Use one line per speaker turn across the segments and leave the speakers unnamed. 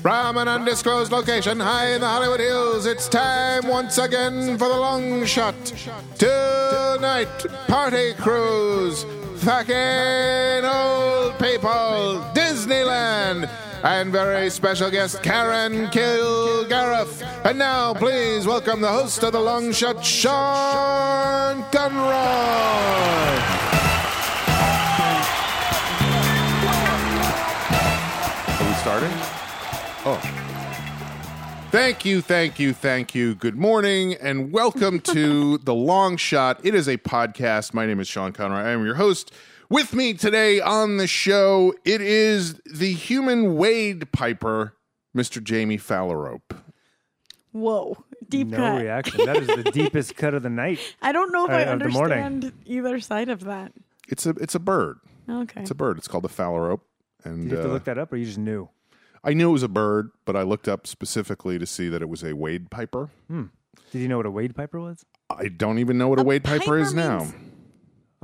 from an undisclosed location high in the Hollywood Hills, it's time once again for the long shot. Tonight, party cruise, fucking old people, Disneyland, and very special guest Karen Kilgariff. And now, please welcome the host of the long shot, Sean Conroy.
Are we starting?
Thank you, thank you, thank you. Good morning and welcome to The Long Shot. It is a podcast. My name is Sean Conroy. I am your host. With me today on the show, it is the human Wade Piper, Mr. Jamie Fallerope.
Whoa, deep
No
cut.
reaction. That is the deepest cut of the night.
I don't know if
Uh,
I
of the morning.
understand either side of that.
It's a it's a bird.
Okay.
It's a bird. It's called the Fallerope. And
Did you have
uh,
to look that up, or you just knew?
I knew it was a bird, but I looked up specifically to see that it was a Wade Piper.
Did you know what a Wade Piper was?
I don't even know what a, Wade Piper, is now.
means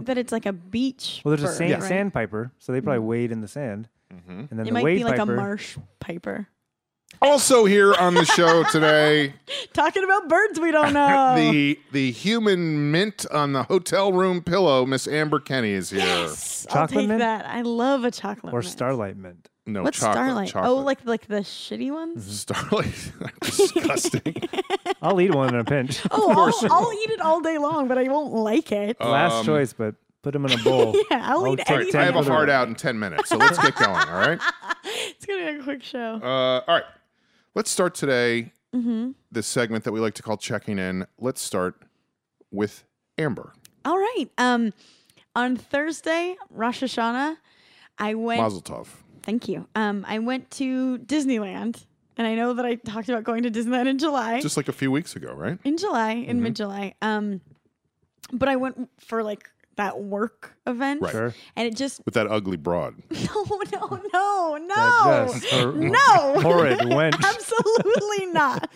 That it's like a beach.
Well, there's a
bird,
sand,
right? Mm-hmm.
sandpiper, so they probably wade in the sand, and then
It
the
might
Wade
be like
Piper.
a marsh piper.
Also here on the show today.
Talking about birds we don't know.
The the human mint on the hotel room pillow, Miss Amber Kenny is here.
yes, I'll
Chocolate
take
mint?
that. I love a chocolate.
or
mint.
starlight mint.
No
What's
chocolate.
starlight?
chocolate.
Oh, like like the shitty
Mm-hmm.
ones.
starlight. Disgusting.
I'll eat one in a pinch.
Oh, I'll, I'll eat it all day long, but I won't like it.
Last choice, but put them in a bowl.
Yeah, I'll eat
take
anything.
I have a
another
hard
one.
out in ten minutes, so let's get going. All right.
It's gonna be a quick show.
Uh, all right. Let's start today.
Mm-hmm.
This segment that we like to call checking in. Let's start with Amber.
All right. Um, on Thursday, Rosh Hashanah, I went.
Mazel tov.
Thank you. Um, I went to Disneyland, and I know that I talked about going to Disneyland in July.
Just like a few weeks ago, right?
in July, in mid-July. Um, but I went for like that work event,
Right.
Sure.
and it just
With that ugly broad.
no, no, no,
That
no,
just hor-
no,
horrid wench.
absolutely not,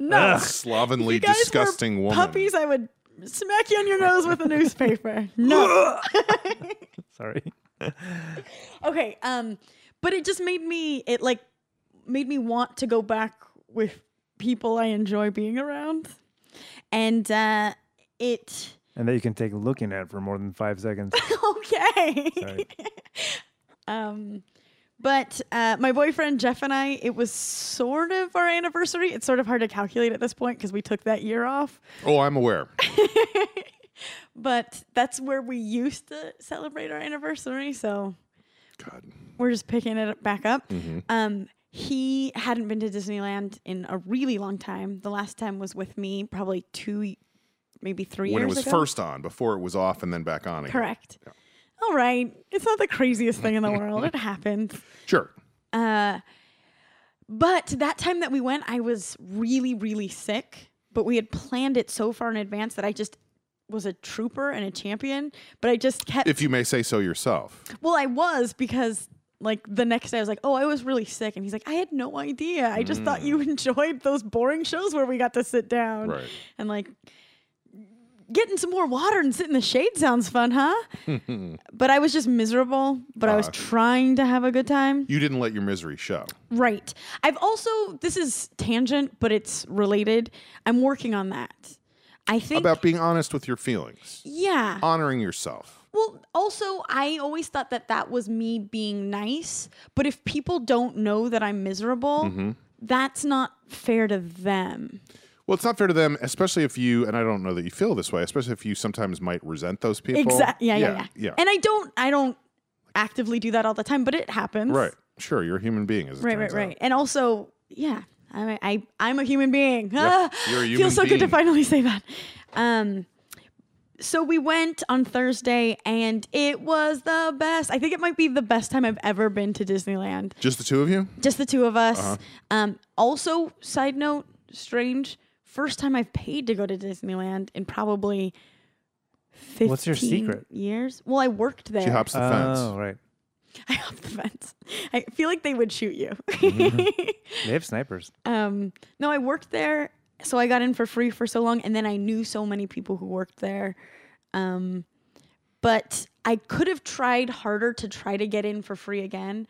no.
Slovenly,
You guys were
disgusting woman.
Puppies, I would smack you on your nose with a newspaper. No.
Sorry.
Okay. Um, but it just made me it like made me want to go back with people I enjoy being around, and uh, it
And that you can take looking at for more than five seconds.
okay.
Sorry.
Um, but uh, my boyfriend Jeff and I, it was sort of our anniversary. It's sort of hard to calculate at this point because we took that year off.
Oh, I'm aware.
But that's where we used to celebrate our anniversary. So
God. Mm-hmm.
we're just picking it back up. Um, he hadn't been to Disneyland in a really long time. The last time was with me, probably two, maybe three
when it
years
was
ago.
first on before it was off and then back on again.
correct. All right, it's not the craziest thing in the world. It happens.
Sure.
Uh, but that time that we went, I was really, really sick. But we had planned it so far in advance that I just was a trooper and a champion. But I just kept
If you may say so yourself.
Well, I was because like the next day I was like, "Oh, I was really sick." And he's like, "I had no idea. I just thought you enjoyed those boring shows where we got to sit down."
Mm. Right.
And like getting some more water and sit in the shade sounds fun, huh? but I was just miserable, but I was trying to have a good time.
You didn't let your misery show.
Right. I've also this is tangent, but it's related. I'm working on that. I think
About being honest with your feelings,
yeah.
honoring yourself.
Well, also, I always thought that that was me being nice. But if people don't know that I'm miserable,
Mm-hmm.
that's not fair to them.
Well, it's not fair to them, especially if you, and I don't know that you feel this way, especially if you sometimes might resent those people.
Exactly. Yeah, yeah, yeah,
Yeah.
And I don't, I don't actively do that all the time, but it happens.
right. Sure. You're a human being, as it
Right. Right.
turns
Right. And also, yeah, I'm a, I, I'm a human being. Ah,
you're a human
Feels so good to
being.
finally say that. Um, so we went on Thursday, and it was the best. I think it might be the best time I've ever been to Disneyland.
Just the two of you?
just the two of us.
Uh-huh.
Um, also, side note, strange. First time I've paid to go to Disneyland in probably. 15
What's your secret?
Years. Well, I worked there.
She hops the
Oh,
fence.
right.
I hopped the fence. I feel like they would shoot you.
Mm-hmm. They have snipers.
um, no, I worked there, so I got in for free for so long, and then I knew so many people who worked there. Um, but I could have tried harder to try to get in for free again,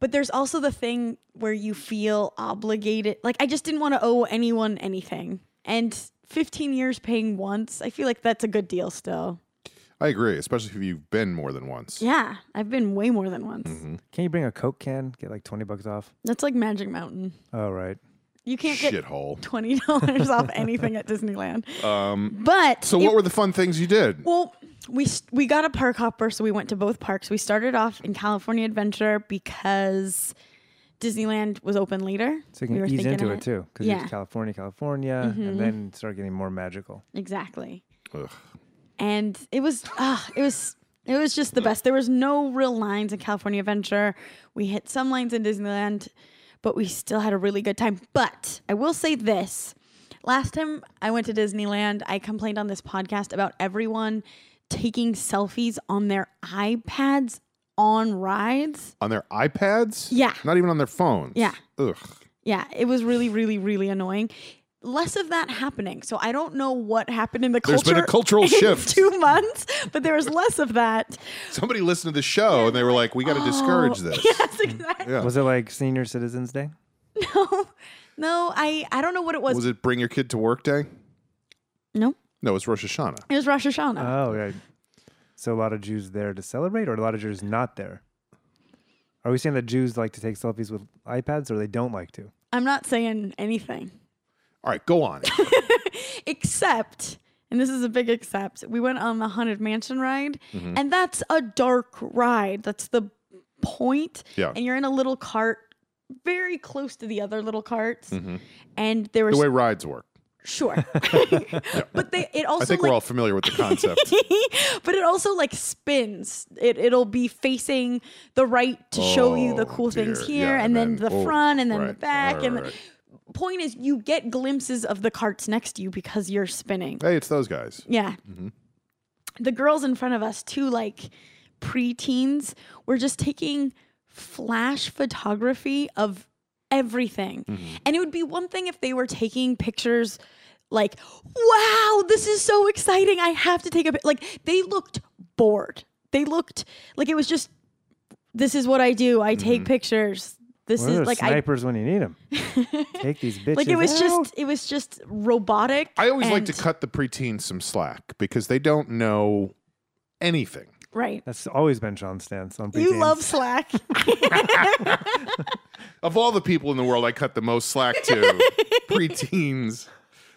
But there's also the thing where you feel obligated. Like I just didn't want to owe anyone anything. And 15 years paying once, I feel like that's a good deal still.
I agree, especially if you've been more than once.
Yeah, I've been way more than once.
Mm-hmm.
Can you bring a Coke can? Get like 20 bucks off?
That's like Magic Mountain.
Oh, right.
You can't get
Shithole.
twenty dollars off anything at Disneyland. Um, but
So
it-
what were the fun things you did?
Well, we s- we got a park hopper, so we went to both parks. We started off in California Adventure because Disneyland was open later.
So you can
we were
ease
thinking
into
of
it too. Because
Yeah, Mm-hmm.
it's California, California, and then start getting more magical.
exactly.
Ugh.
And it was uh, it was it was just the best. There was no real lines in California Adventure. We hit some lines in Disneyland, but we still had a really good time. But I will say this. Last time I went to Disneyland, I complained on this podcast about everyone taking selfies on their iPads on rides.
On their iPads?
Yeah.
Not even on their phones.
Yeah.
Ugh.
Yeah, it was really, really, really annoying. Less of that happening. So I don't know what happened in the
There's
culture.
been a cultural
in
shift.
Two months, but there was less of that.
Somebody listened to the show and they were like, "We got to discourage this."
Oh, Yes, exactly.
Yeah.
Was it like Senior Citizens Day?
No, no, I, I don't know what it was.
Was it Bring Your Kid to Work Day?
No,
No, it's Rosh Hashanah.
it was Rosh Hashanah.
Uh.
Oh, right. So a lot of Jews there to celebrate, or a lot of Jews not there? Are we saying that Jews like to take selfies with iPads, or they don't like to?
I'm not saying anything
All right, go on.
except, and this is a big except. We went on the haunted mansion ride,
Mm-hmm.
and that's a dark ride. That's the point.
Yeah.
and you're in a little cart. Very close to the other little carts, and there was
Mm-hmm. the way rides work.
Sure. But they it also
I think
like
we're all familiar with the concept.
but it also like spins. It it'll be facing the right to show you the
Oh,
cool things
dear.
here
Yeah,
and, then, the
oh,
front and then the
right,
back
right,
and
right,
the point is you get glimpses of the carts next to you because you're spinning.
right. hey, it's those guys.
Yeah.
Mm-hmm.
The girls in front of us, two like preteens, were just taking flash photography of everything.
Mm-hmm.
And it would be one thing if they were taking pictures like, wow, this is so exciting. I have to take a pic. Like, they looked bored. They looked like it was just, this is what I do. I
Mm-hmm.
take pictures. This
Where are
is
those
like, I.
snipers when you need them? take these bitches.
Like it was
out.
just, it was just robotic.
I always like to
and-
cut the preteens some slack because they don't know anything.
Right.
That's always been Sean's stance on.
You
preteens.
love Slack.
Of all the people in the world, I cut the most slack to preteens.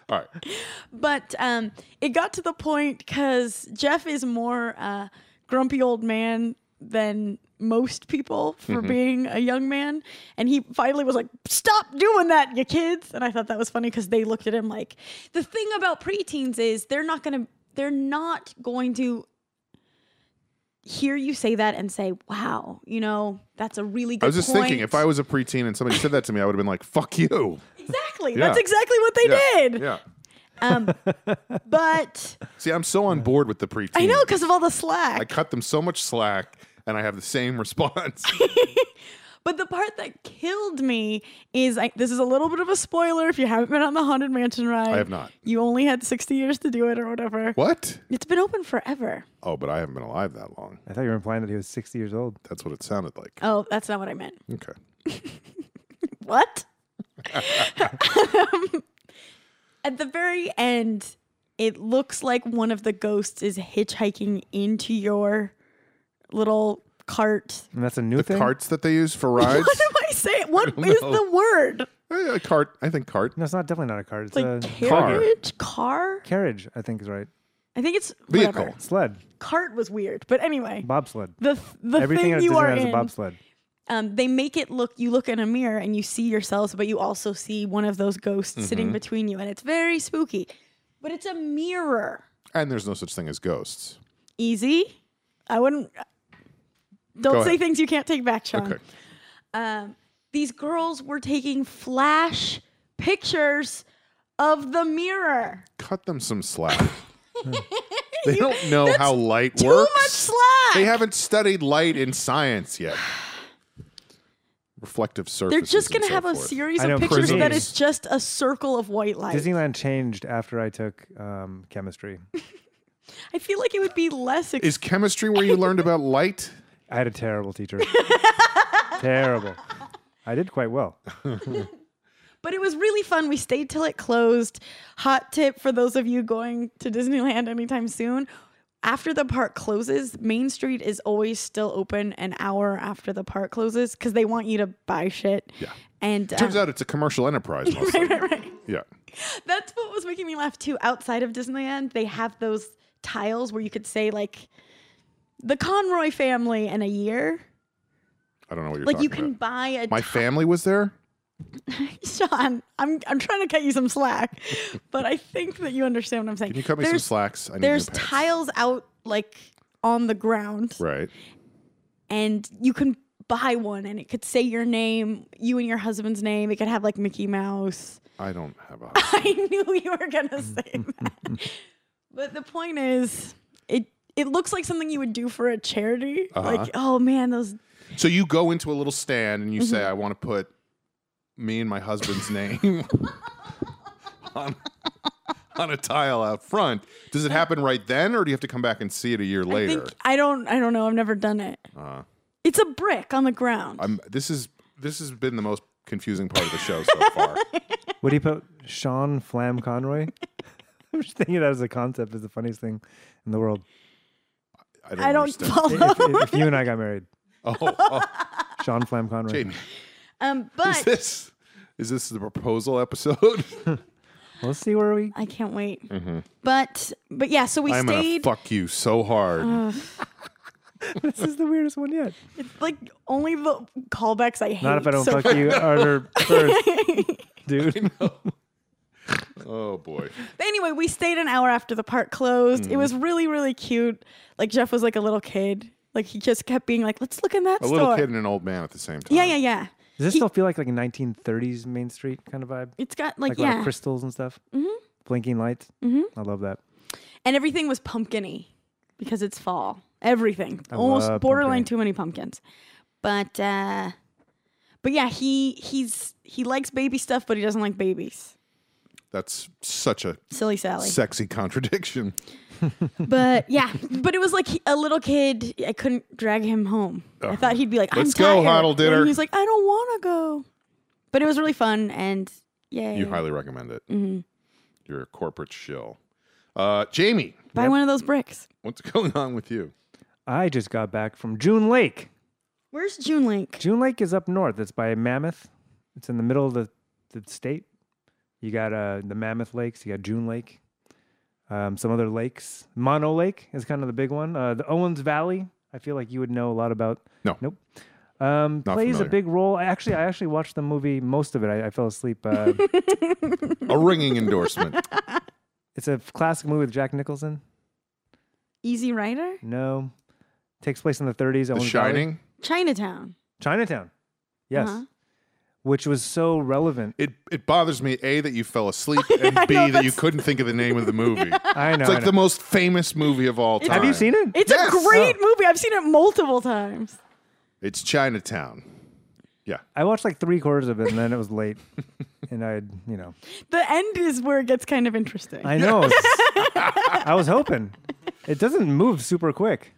All right.
But um, it got to the point because Jeff is more uh, grumpy old man than most people for
Mm-hmm.
being a young man, and he finally was like, "Stop doing that, you kids!" And I thought that was funny because they looked at him like, "The thing about preteens is they're not gonna, they're not going to." Hear you say that and say, "Wow, you know that's a really good."
I was just thinking,
point."
if I was a preteen and somebody said that to me, I would have been like, "Fuck you."
exactly,
Yeah.
that's exactly what they
Yeah.
did.
Yeah.
But
See, I'm so on board with the preteen.
I know because of all the slack.
I cut them so much slack, and I have the same response.
But the part that killed me is I, this is a little bit of a spoiler if you haven't been on the Haunted Mansion ride.
I have not.
You only had 60 years to do it or whatever.
what?
It's been open forever.
Oh, but I haven't been alive that long.
I thought you were implying that he was 60 years old.
That's what it sounded like.
Oh, that's not what I meant.
Okay.
What? Um, at the very end, it looks like one of the ghosts is hitchhiking into your little cart.
And that's a new
The
thing.
carts that they use for rides.
What am I saying? What is
know.
the word?
Eh, a cart. I think cart.
No, it's not definitely not a cart. It's
Uh,
Like
a
carriage? Car?
carriage. I think is right.
I think it's
Vehicle.
whatever.
Sled,
Cart was weird, but anyway.
bobsled.
the th- the
Everything
thing
at
you
Disneyland
are
has a
in.
bobsled.
Um, they make it look. You look in a mirror and you see yourselves, but you also see one of those ghosts sitting between you, and it's very spooky. But it's a mirror.
And there's no such thing as ghosts.
Easy. I wouldn't. uh, Don't
Go
say
ahead.
things you can't take back, Sean.
Okay.
Um, these girls were taking flash pictures of the mirror.
Cut them some slack. they don't know
that's
how light
too
works.
much slack.
They haven't studied light in science yet. Reflective surfaces.
They're just
and
gonna
so
have a
forth.
series
I
of
know,
pictures that
prisms.
is just a circle of white light.
Disneyland changed after I took um, chemistry.
I feel like it would be less. Ex-
Is chemistry where you learned about light?
I had a terrible teacher. Terrible. I did quite well.
But it was really fun. We stayed till it closed. Hot tip for those of you going to Disneyland anytime soon. After the park closes, Main Street is always still open an hour after the park closes because they want you to buy shit.
Yeah.
And uh,
Turns out it's a commercial enterprise. Mostly.
right, right, right.
Yeah.
That's what was making me laugh too. Outside of Disneyland, they have those tiles where you could say like the Conroy family in a year.
I don't know what you're
Like
talking
you can
about.
buy a
My family was there.
Sean, I'm I'm trying to cut you some slack, but I think that you understand what I'm saying.
Can you cut me
there's,
some slacks? I need new
There's
pants.
tiles out like on the ground,
Right.
and you can buy one, and it could say your name, you and your husband's name. It could have like Mickey Mouse.
I don't have a.
I knew you were gonna say that. but the point is, it it looks like something you would do for a charity.
Uh-huh.
Like, oh man, those
So you go into a little stand and you say,
Mm-hmm.
"I want to put me and my husband's name on on a tile out front." Does it happen right then, or do you have to come back and see it a year
I
later? Uh-huh.
think I don't I don't know. I've never done it. It's a brick on the ground.
I'm, this is this has been the most confusing part of the show so far.
What do you put? Sean Flam Conroy? I'm just thinking that as a concept is the funniest thing in the world.
I don't.
I don't
understand.
follow.
If, if you and I got married,
Oh, oh,
Sean Flam Conroy.
Jaden,
Um,
is
but
this is this the proposal episode?
We'll see where we.
I can't wait.
Mm-hmm.
But but yeah, so we
I'm
stayed
gonna fuck you so hard.
This is the weirdest one yet.
like only the callbacks I hate.
Not if I don't
so
fuck you harder first, dude.
oh boy.
But anyway, we stayed an hour after the park closed.
Mm.
It was really really cute. Like Jeff was like a little kid. Like he just kept being like, "Let's look in that
A
store."
little kid and an old man at the same time.
Yeah, yeah, yeah.
Does this still feel like like a 1930s Main Street kind of vibe?
It's got like,
Like a lot
yeah,
of crystals and stuff. Mm-hmm. Blinking lights. Mm-hmm. I love that.
and everything was pumpkiny because it's fall. Everything almost
love
borderline
pumpkin.
too many pumpkins. But uh but yeah, he he's he likes baby stuff, but he doesn't like babies.
That's such a
Silly Sally.
sexy contradiction.
But yeah, but it was like he- a little kid. I couldn't drag him home. I thought he'd be like, "I'm
Uh-huh. Let's go,
tired."
Hoddle dinner.
And he's like, "I don't want to go." But it was really fun, and yay! Mm-hmm.
You highly recommend it. You're a corporate shill. Uh, Jamie,
Buy one of those bricks.
what's going on with you?
I just got back from June Lake.
Where's June Link?
June Lake is up north. It's by Mammoth. It's in the middle of the, the state. You got uh, the Mammoth Lakes. You got June Lake. Um, some other lakes. Mono Lake is kind of the big one. Uh, the Owens Valley. I feel like you would know a lot about.
No.
Nope. Um,
Not
plays
familiar.
a big role. I actually, I actually watched the movie. Most of it. I, I fell asleep. Uh,
A ringing endorsement.
it's a classic movie with Jack Nicholson.
Easy Rider,
No. Takes place in the 30s.
the
Owens Valley.
Shining.
Chinatown.
Chinatown. Yes.
Uh-huh.
Which was so relevant.
It it bothers me a that you fell asleep and
I
b
know,
that you
that's-
couldn't think of the name of the movie.
I know.
It's
I
like
know.
the most famous movie of all time.
Have you seen it?
It's
Yes. Oh.
a great movie. I've seen it multiple times.
It's Chinatown. Yeah.
I watched like three quarters of it and then it was late. and I, had you know,
The end is where it gets kind of interesting.
I know. I was hoping. It doesn't move super quick.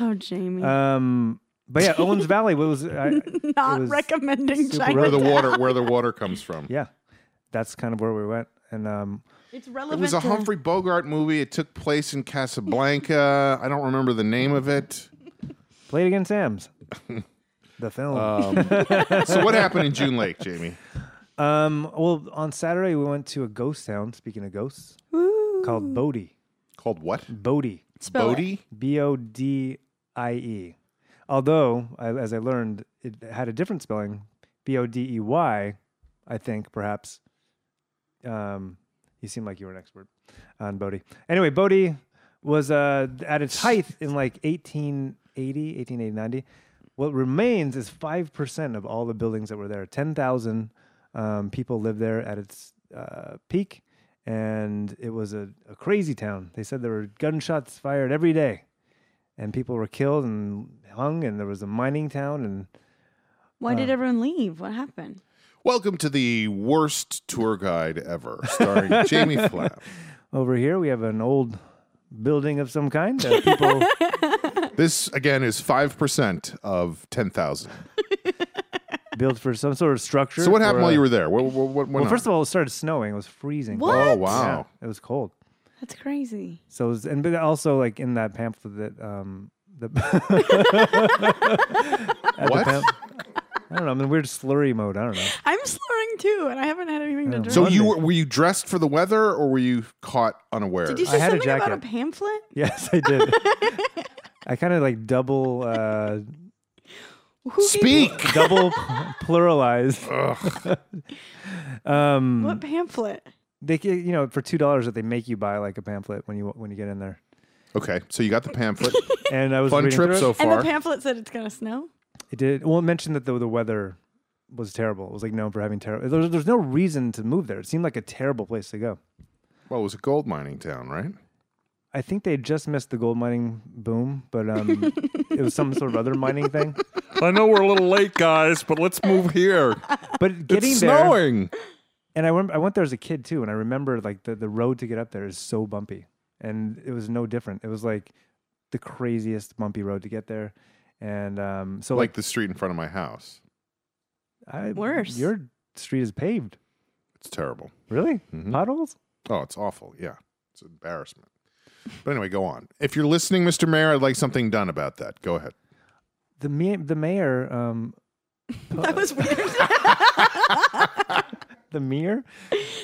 oh, Jamie,
Uh,
Um, but yeah, Owens Valley was, I,
not
was
recommending
super
Where
Chinatown.
the water where the water comes from.
yeah, that's kind of where we went. And um,
It's
It
relevant.
was a
to-
Humphrey Bogart movie. It took place in Casablanca. I don't remember the name of it.
played against Sam's, the film.
So what happened in June Lake, Jamie?
um, well, on Saturday, we went to a ghost town, speaking of ghosts, called Bodie.
Called what?
Bodie.
Spell it.
Bodie?
B O D I E. Although, I, as I learned, it had a different spelling, B O D E Y, I think, perhaps. Um, you seem like you were an expert on Bodhi. Anyway, Bodhi was uh, at its height in like 1880, 1880, 90. What remains is 5% of all the buildings that were there. 10,000 um, people lived there at its uh, peak, and it was a, a crazy town. They said there were gunshots fired every day, and people were killed and hung, and there was a mining town, and
Why
Uh.
did everyone leave? What happened?
Welcome to the worst tour guide ever, starring Jamie Flapp.
Over here, we have an old building of some kind that people
This again is five percent of ten thousand.
built for some sort of structure.
So what happened
or
while
a-
you were there? What, what, what went
Well,
on?
first of all, it started snowing. It was freezing.
What?
Oh
Yeah,
wow!
it was cold.
That's crazy.
So it was, and but also like in that pamphlet that um the at the
What?
I don't know. I'm in weird slurry mode. I don't know.
I'm slurring too, and I haven't had anything to
Oh.
drink.
So you were,
Monday.
were you dressed for the weather, or were you caught unaware? Uh,
Did you
I
say
had a
something about a
jacket.
pamphlet?
Yes, I did. I kind of like double uh
Who gave you-
Speak.
double pluralized. Um,
What pamphlet?
they ca- you know for two dollars that they make you buy like a pamphlet when you when you get in there.
Okay, so you got the pamphlet.
And I was
Fun
reading
trip
through it.
so
And the
far.
pamphlet said it's gonna snow.
It did. Well, it mentioned that the, the weather was terrible. It was like known for having terrible. There's there's no reason to move there. It seemed like a terrible place to go.
well, it was a gold mining town, right?
I think they just missed the gold mining boom, but um, it was some sort of other mining thing.
I know we're a little late, guys, but let's move here.
But getting
It's
there,
snowing.
and I remember I went there as a kid too, and I remember like the, the road to get up there is so bumpy, and it was no different. It was like the craziest bumpy road to get there, and um, so
Like
like,
the street in front of my house.
I,
worse.
Your street is paved,
It's terrible.
really? Potholes?
Oh, it's awful. Yeah. It's an embarrassment. But anyway, go on. If you're listening, Mr. Mayor, I'd like something done about that. Go ahead.
The ma- the mayor, um,
That was weird.
the mayor,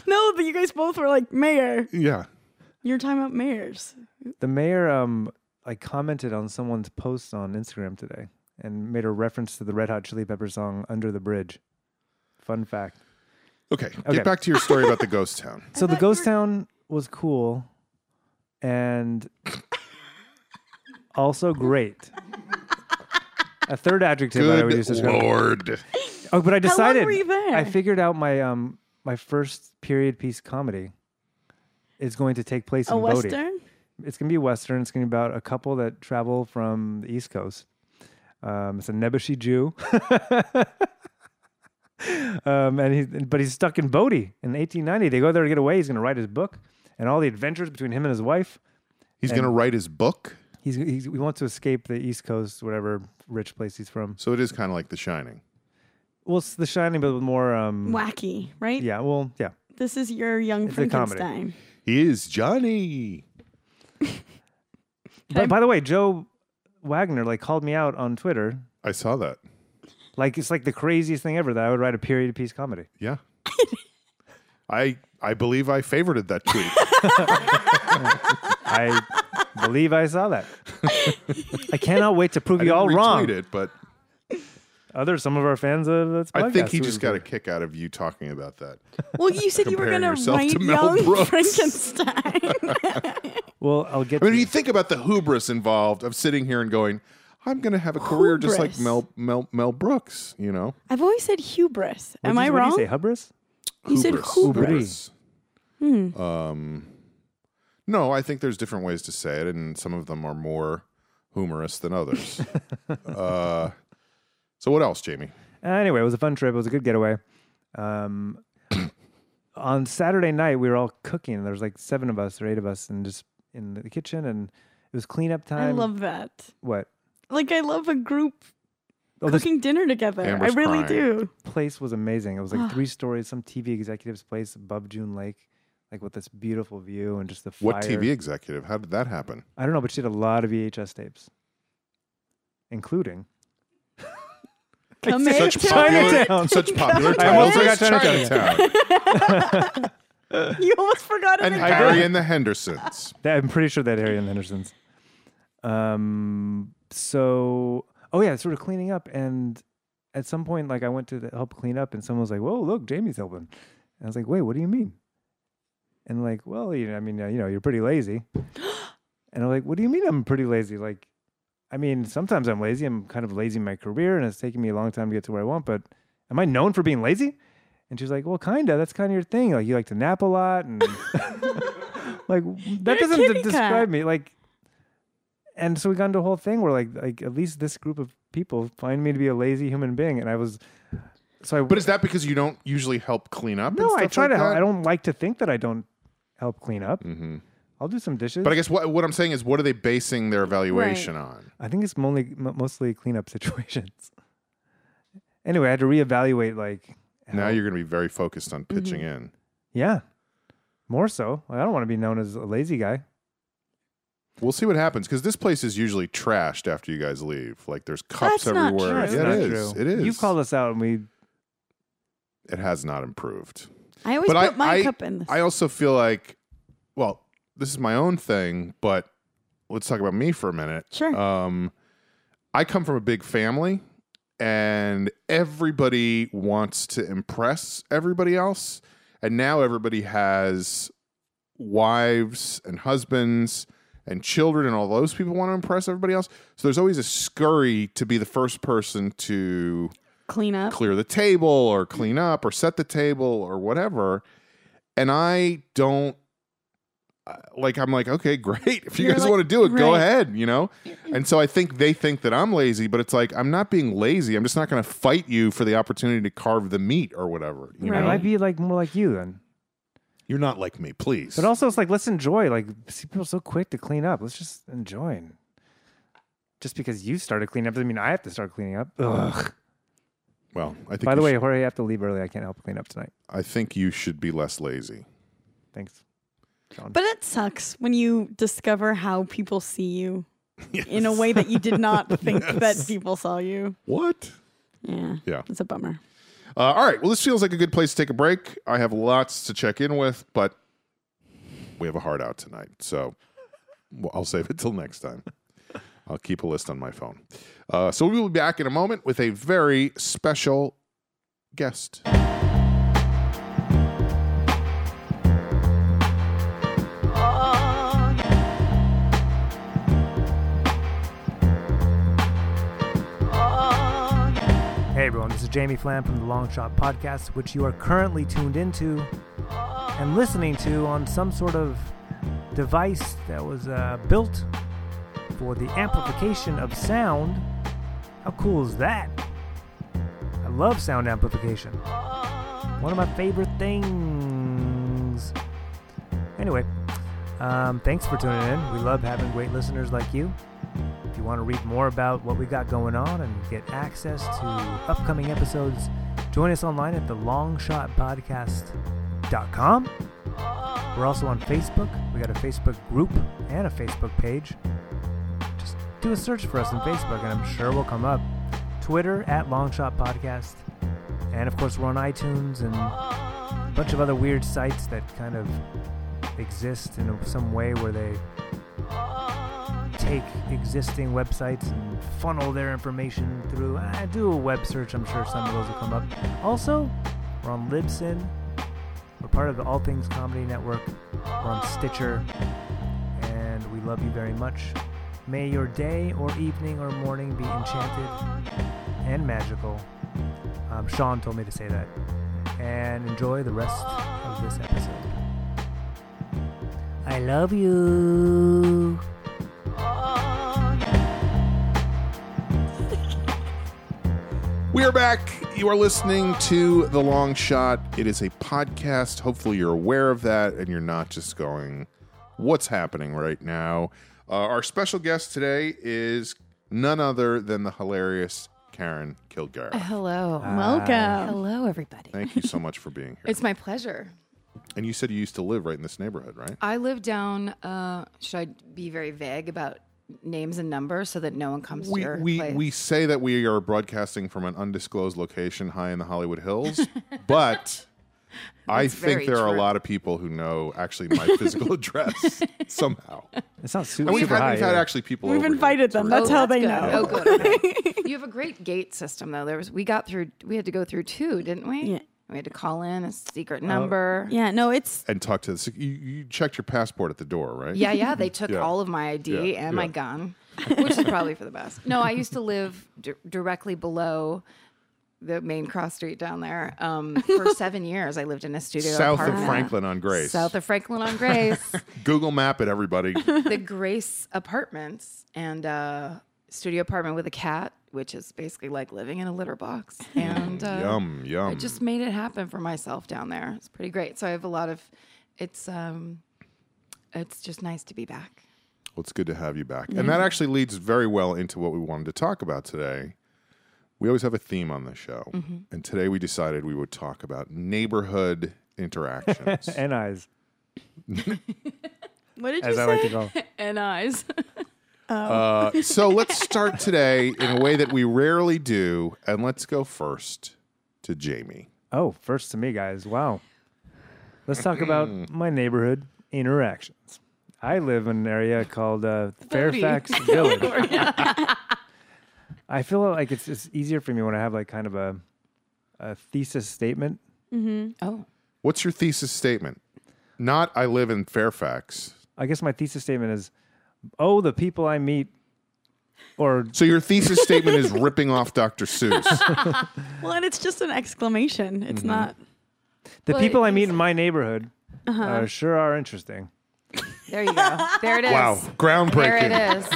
no, but you guys both were like mayor.
Yeah.
You're talking about mayors.
the mayor, um, like commented on someone's post on Instagram today and made a reference to the Red Hot Chili Peppers song "Under the Bridge." Fun fact.
Okay.
Okay.
Get back to your story about the ghost town.
So the
thought you
ghost
were-
town was cool and also great. A third adjective I would
Good
use to describe. it.
Lord.
Oh, but I
long
decided
were you there?
I figured out my um my first period piece comedy is going to take place
A
in Bodie.
western.
It's going to be a western. It's going to be about a couple that travel from the East Coast. Um, it's a Nebuchadnezzar Jew. um, and he, but he's stuck in Bodie in 1890. They go there to get away. He's going to write his book and all the adventures between him and his wife.
He's going to write his book.
He's, he's he wants to escape the East Coast, whatever rich place he's from.
So it is kind of like The Shining.
Well, it's The Shining, but with more. Um,
Wacky, right?
Yeah. Well, yeah.
This is your young
a comedy.
Frankenstein.
He is Johnny.
But by the way, Joe Wagner like called me out on Twitter.
I saw that.
Like it's like the craziest thing ever that I would write a period piece comedy.
Yeah. I I believe I favorited that tweet.
I believe I saw that. I cannot wait to prove
I
you
didn't
all
retweet
wrong.
it, but
Other some of our fans of this
I think he
podcast
just got a kick out of you talking about that.
Well, you said you were
Comparing
gonna
yourself
write
to Mel
young
Brooks.
Frankenstein.
Well, I'll get.
I mean,
to-
you think about the hubris involved of sitting here and going, "I'm going to have a career just like
Hubris.
Mel Mel Mel Brooks," you know?
I've always said hubris. Am
What'd
I
you- what'd
wrong?
you Hmm. say hubris?
You said
Hubris. Um, no, I think there's different ways to say it, and some of them are more humorous than others. uh, so what else, Jamie?
Uh, Anyway, it was a fun trip. It was a good getaway. Um, on Saturday night, we were all cooking. There was like seven of us or eight of us, and just in the kitchen, and it was cleanup
I
time.
love that.
what.
Like I love a group
Oh, this
cooking dinner together.
Amber's
I really
crying.
do.
place was amazing. It was like three stories, some TV executive's place above June Lake, like with this beautiful view and just the fire.
What TV executive? How did that happen?
I don't know, but she had a lot of VHS tapes, including
Come
Such
into
popular,
Chinatown.
such popular
I almost
titles as
forgot Chinatown.
Chinatown
it. You almost forgot it.
and
did.
Harry and the Hendersons.
That, I'm pretty sure that Harry and the Hendersons. Um. So, oh yeah, sort of cleaning up, and at some point, like I went to the- help clean up, and someone was like, "Whoa, look, Jamie's helping," and I was like, "Wait, what do you mean?" And like, well, you know, I mean, uh, you know, you're pretty lazy, and I'm like, "What do you mean I'm pretty lazy?" Like, I mean, sometimes I'm lazy. I'm kind of lazy in my career, and it's taking me a long time to get to where I want. But am I known for being lazy? And she was like, "Well, kinda. That's kind of your thing. Like, you like to nap a lot, and like that
You're a
doesn't de-
kitty cat.
describe me. Like, and so we got into a whole thing where like, like at least this group of people find me to be a lazy human being, and I was. So I,
But is that because you don't usually help clean up? and
no, I
stuff
try
like
to. help.
that? Mm-hmm.
I don't like to think that I don't help clean up. I'll do some dishes,
But I guess what what I'm saying is, what are they basing their evaluation on?
I think it's mostly m- mostly cleanup situations. Anyway, I had to reevaluate like
Now
how-
you're going to be very focused on pitching
Mm-hmm.
in.
yeah, more so. I don't want to be known as a lazy guy.
We'll see what happens because this place is usually trashed after you guys leave. Like there's cups
That's not
everywhere.
true.
Yeah,
That's
it
not
is.
true.
It is.
You called us out, and we
it has not improved.
I always
But I-
put my
I-
cup in this.
I also feel like, well, this is my own thing, but let's talk about me for a minute.
Sure.
Um, I come from a big family, and everybody wants to impress everybody else. And now everybody has wives and husbands and children, and all those people want to impress everybody else. So there's always a scurry to be the first person to
Clean up.
clear the table or
Mm-hmm.
clean up or set the table or whatever. And I don't uh, like I'm like, okay, great. If you
You're
guys
like-
want to do it, go
right.
ahead, you know? And so I think they think that I'm lazy, but it's like I'm not being lazy. I'm just not going to fight you for the opportunity to carve the meat or whatever, you
I
Right.
know?
might be like more like you then.
You're not like me, please.
But also, it's like let's enjoy. Like, see, people are so quick to clean up. Let's just enjoy. and- Just because you started cleaning up doesn't mean I have to start cleaning up. Ugh.
well, I think
By the
you
way,
should-
Jorge, I have to leave early. I can't help clean up tonight.
I think you should be less lazy.
Thanks.
But it sucks when you discover how people see you in a way that you did not think that people saw you.
What?
Yeah.
Yeah.
It's a bummer.
Uh, all right. Well, this feels like a good place to take a break. I have lots to check in with, but we have a hard out tonight. So well, I'll save it till next time. I'll keep a list on my phone. Uh, so we will be back in a moment with a very special guest.
Hey everyone, this is Jamie Flam from the Long Shot Podcast, which you are currently tuned into and listening to on some sort of device that was uh, built for the amplification of sound. How cool is that? I love sound amplification. One of my favorite things. Anyway, um, thanks for tuning in. We love having great listeners like you. If you want to read more about what we got going on and get access to upcoming episodes, join us online at thelongshotpodcast.com. We're also on Facebook. We got a Facebook group and a Facebook page. Just do a search for us on Facebook and I'm sure we'll come up. Twitter at Longshot Podcast. And of course, we're on iTunes and a bunch of other weird sites that kind of exist in some way where they take existing websites and funnel their information through. I do a web search. I'm sure some of those will come up. Also, we're on Libsyn. We're part of the All Things Comedy Network. We're on Stitcher, and we love you very much. May your day or evening or morning be enchanted and magical. Um, Sean told me to say that. And enjoy the rest of this episode. I love you.
We are back. You are listening to The Long Shot. It is a podcast. Hopefully, you're aware of that and you're not just going, what's happening right now? Uh, our special guest today is none other than the hilarious Karen
Uh,
Kilgariff.
Hello.
Ah. Welcome.
Hello, everybody.
Thank you so much for being here.
Uh, It's my pleasure.
and you said you used to live right in this neighborhood, right?
I live down, uh, should I be very vague about names and numbers so that no one comes to
We,
your
we,
place?
we say that we are broadcasting from an undisclosed location high in the Hollywood Hills, but I
That's
think
very
there are a
true.
lot of people who know actually my physical address somehow.
It's not su-
And we've
super
had,
high.
we've had
yeah.
actually people.
We've
over here.
invited them.
Oh,
That's how they
good.
know.
Oh, good. okay. you have a great gate system, though. There was we got through. We had to go through two, didn't we?
Yeah.
We had to call in a secret
Uh,
number.
Yeah, no, it's
and talk to the sec- you, you checked your passport at the door, right?
Yeah, yeah. They took
Yeah.
all of my ID
Yeah,
and my
yeah.
gun, which is probably for the best. No, I used to live d- directly below the main cross street down there. Um, for seven years, I lived in a studio
South of
apartment.
Franklin on Grace.
South of Franklin on Grace,
Google Map it, everybody.
the Grace Apartments, and uh, studio apartment with a cat, which is basically like living in a litter box. And uh,
Mm, yum yum.
I just made it happen for myself down there. It's pretty great. So I have a lot of, it's um, it's just nice to be back.
Well, it's good to have you back. And that actually leads very well into what we wanted to talk about today, We always have a theme on the show,
Mm-hmm.
and today we decided we would talk about neighborhood interactions.
and eyes,
What did you
as
say?
I like to call.
and eyes. Oh.
Uh, so let's start today in a way that we rarely do, and let's go first to Jamie.
Oh, first to me, guys. Wow. Let's talk about
Mm.
my neighborhood interactions. I live in an area called uh, Fairfax Village. I feel like it's just easier for me when I have like kind of a, a thesis statement.
oh,
What's your thesis statement? Not I live in Fairfax.
I guess my thesis statement is, oh, the people I meet, or
So your thesis statement is ripping off Dr. Seuss.
Well, and it's just an exclamation. It's
Mm-hmm.
not.
the
Well, Uh-huh.
people I
it
meet
is-
in my neighborhood uh, sure are interesting.
there you go. There it is.
Wow, groundbreaking.
There it is.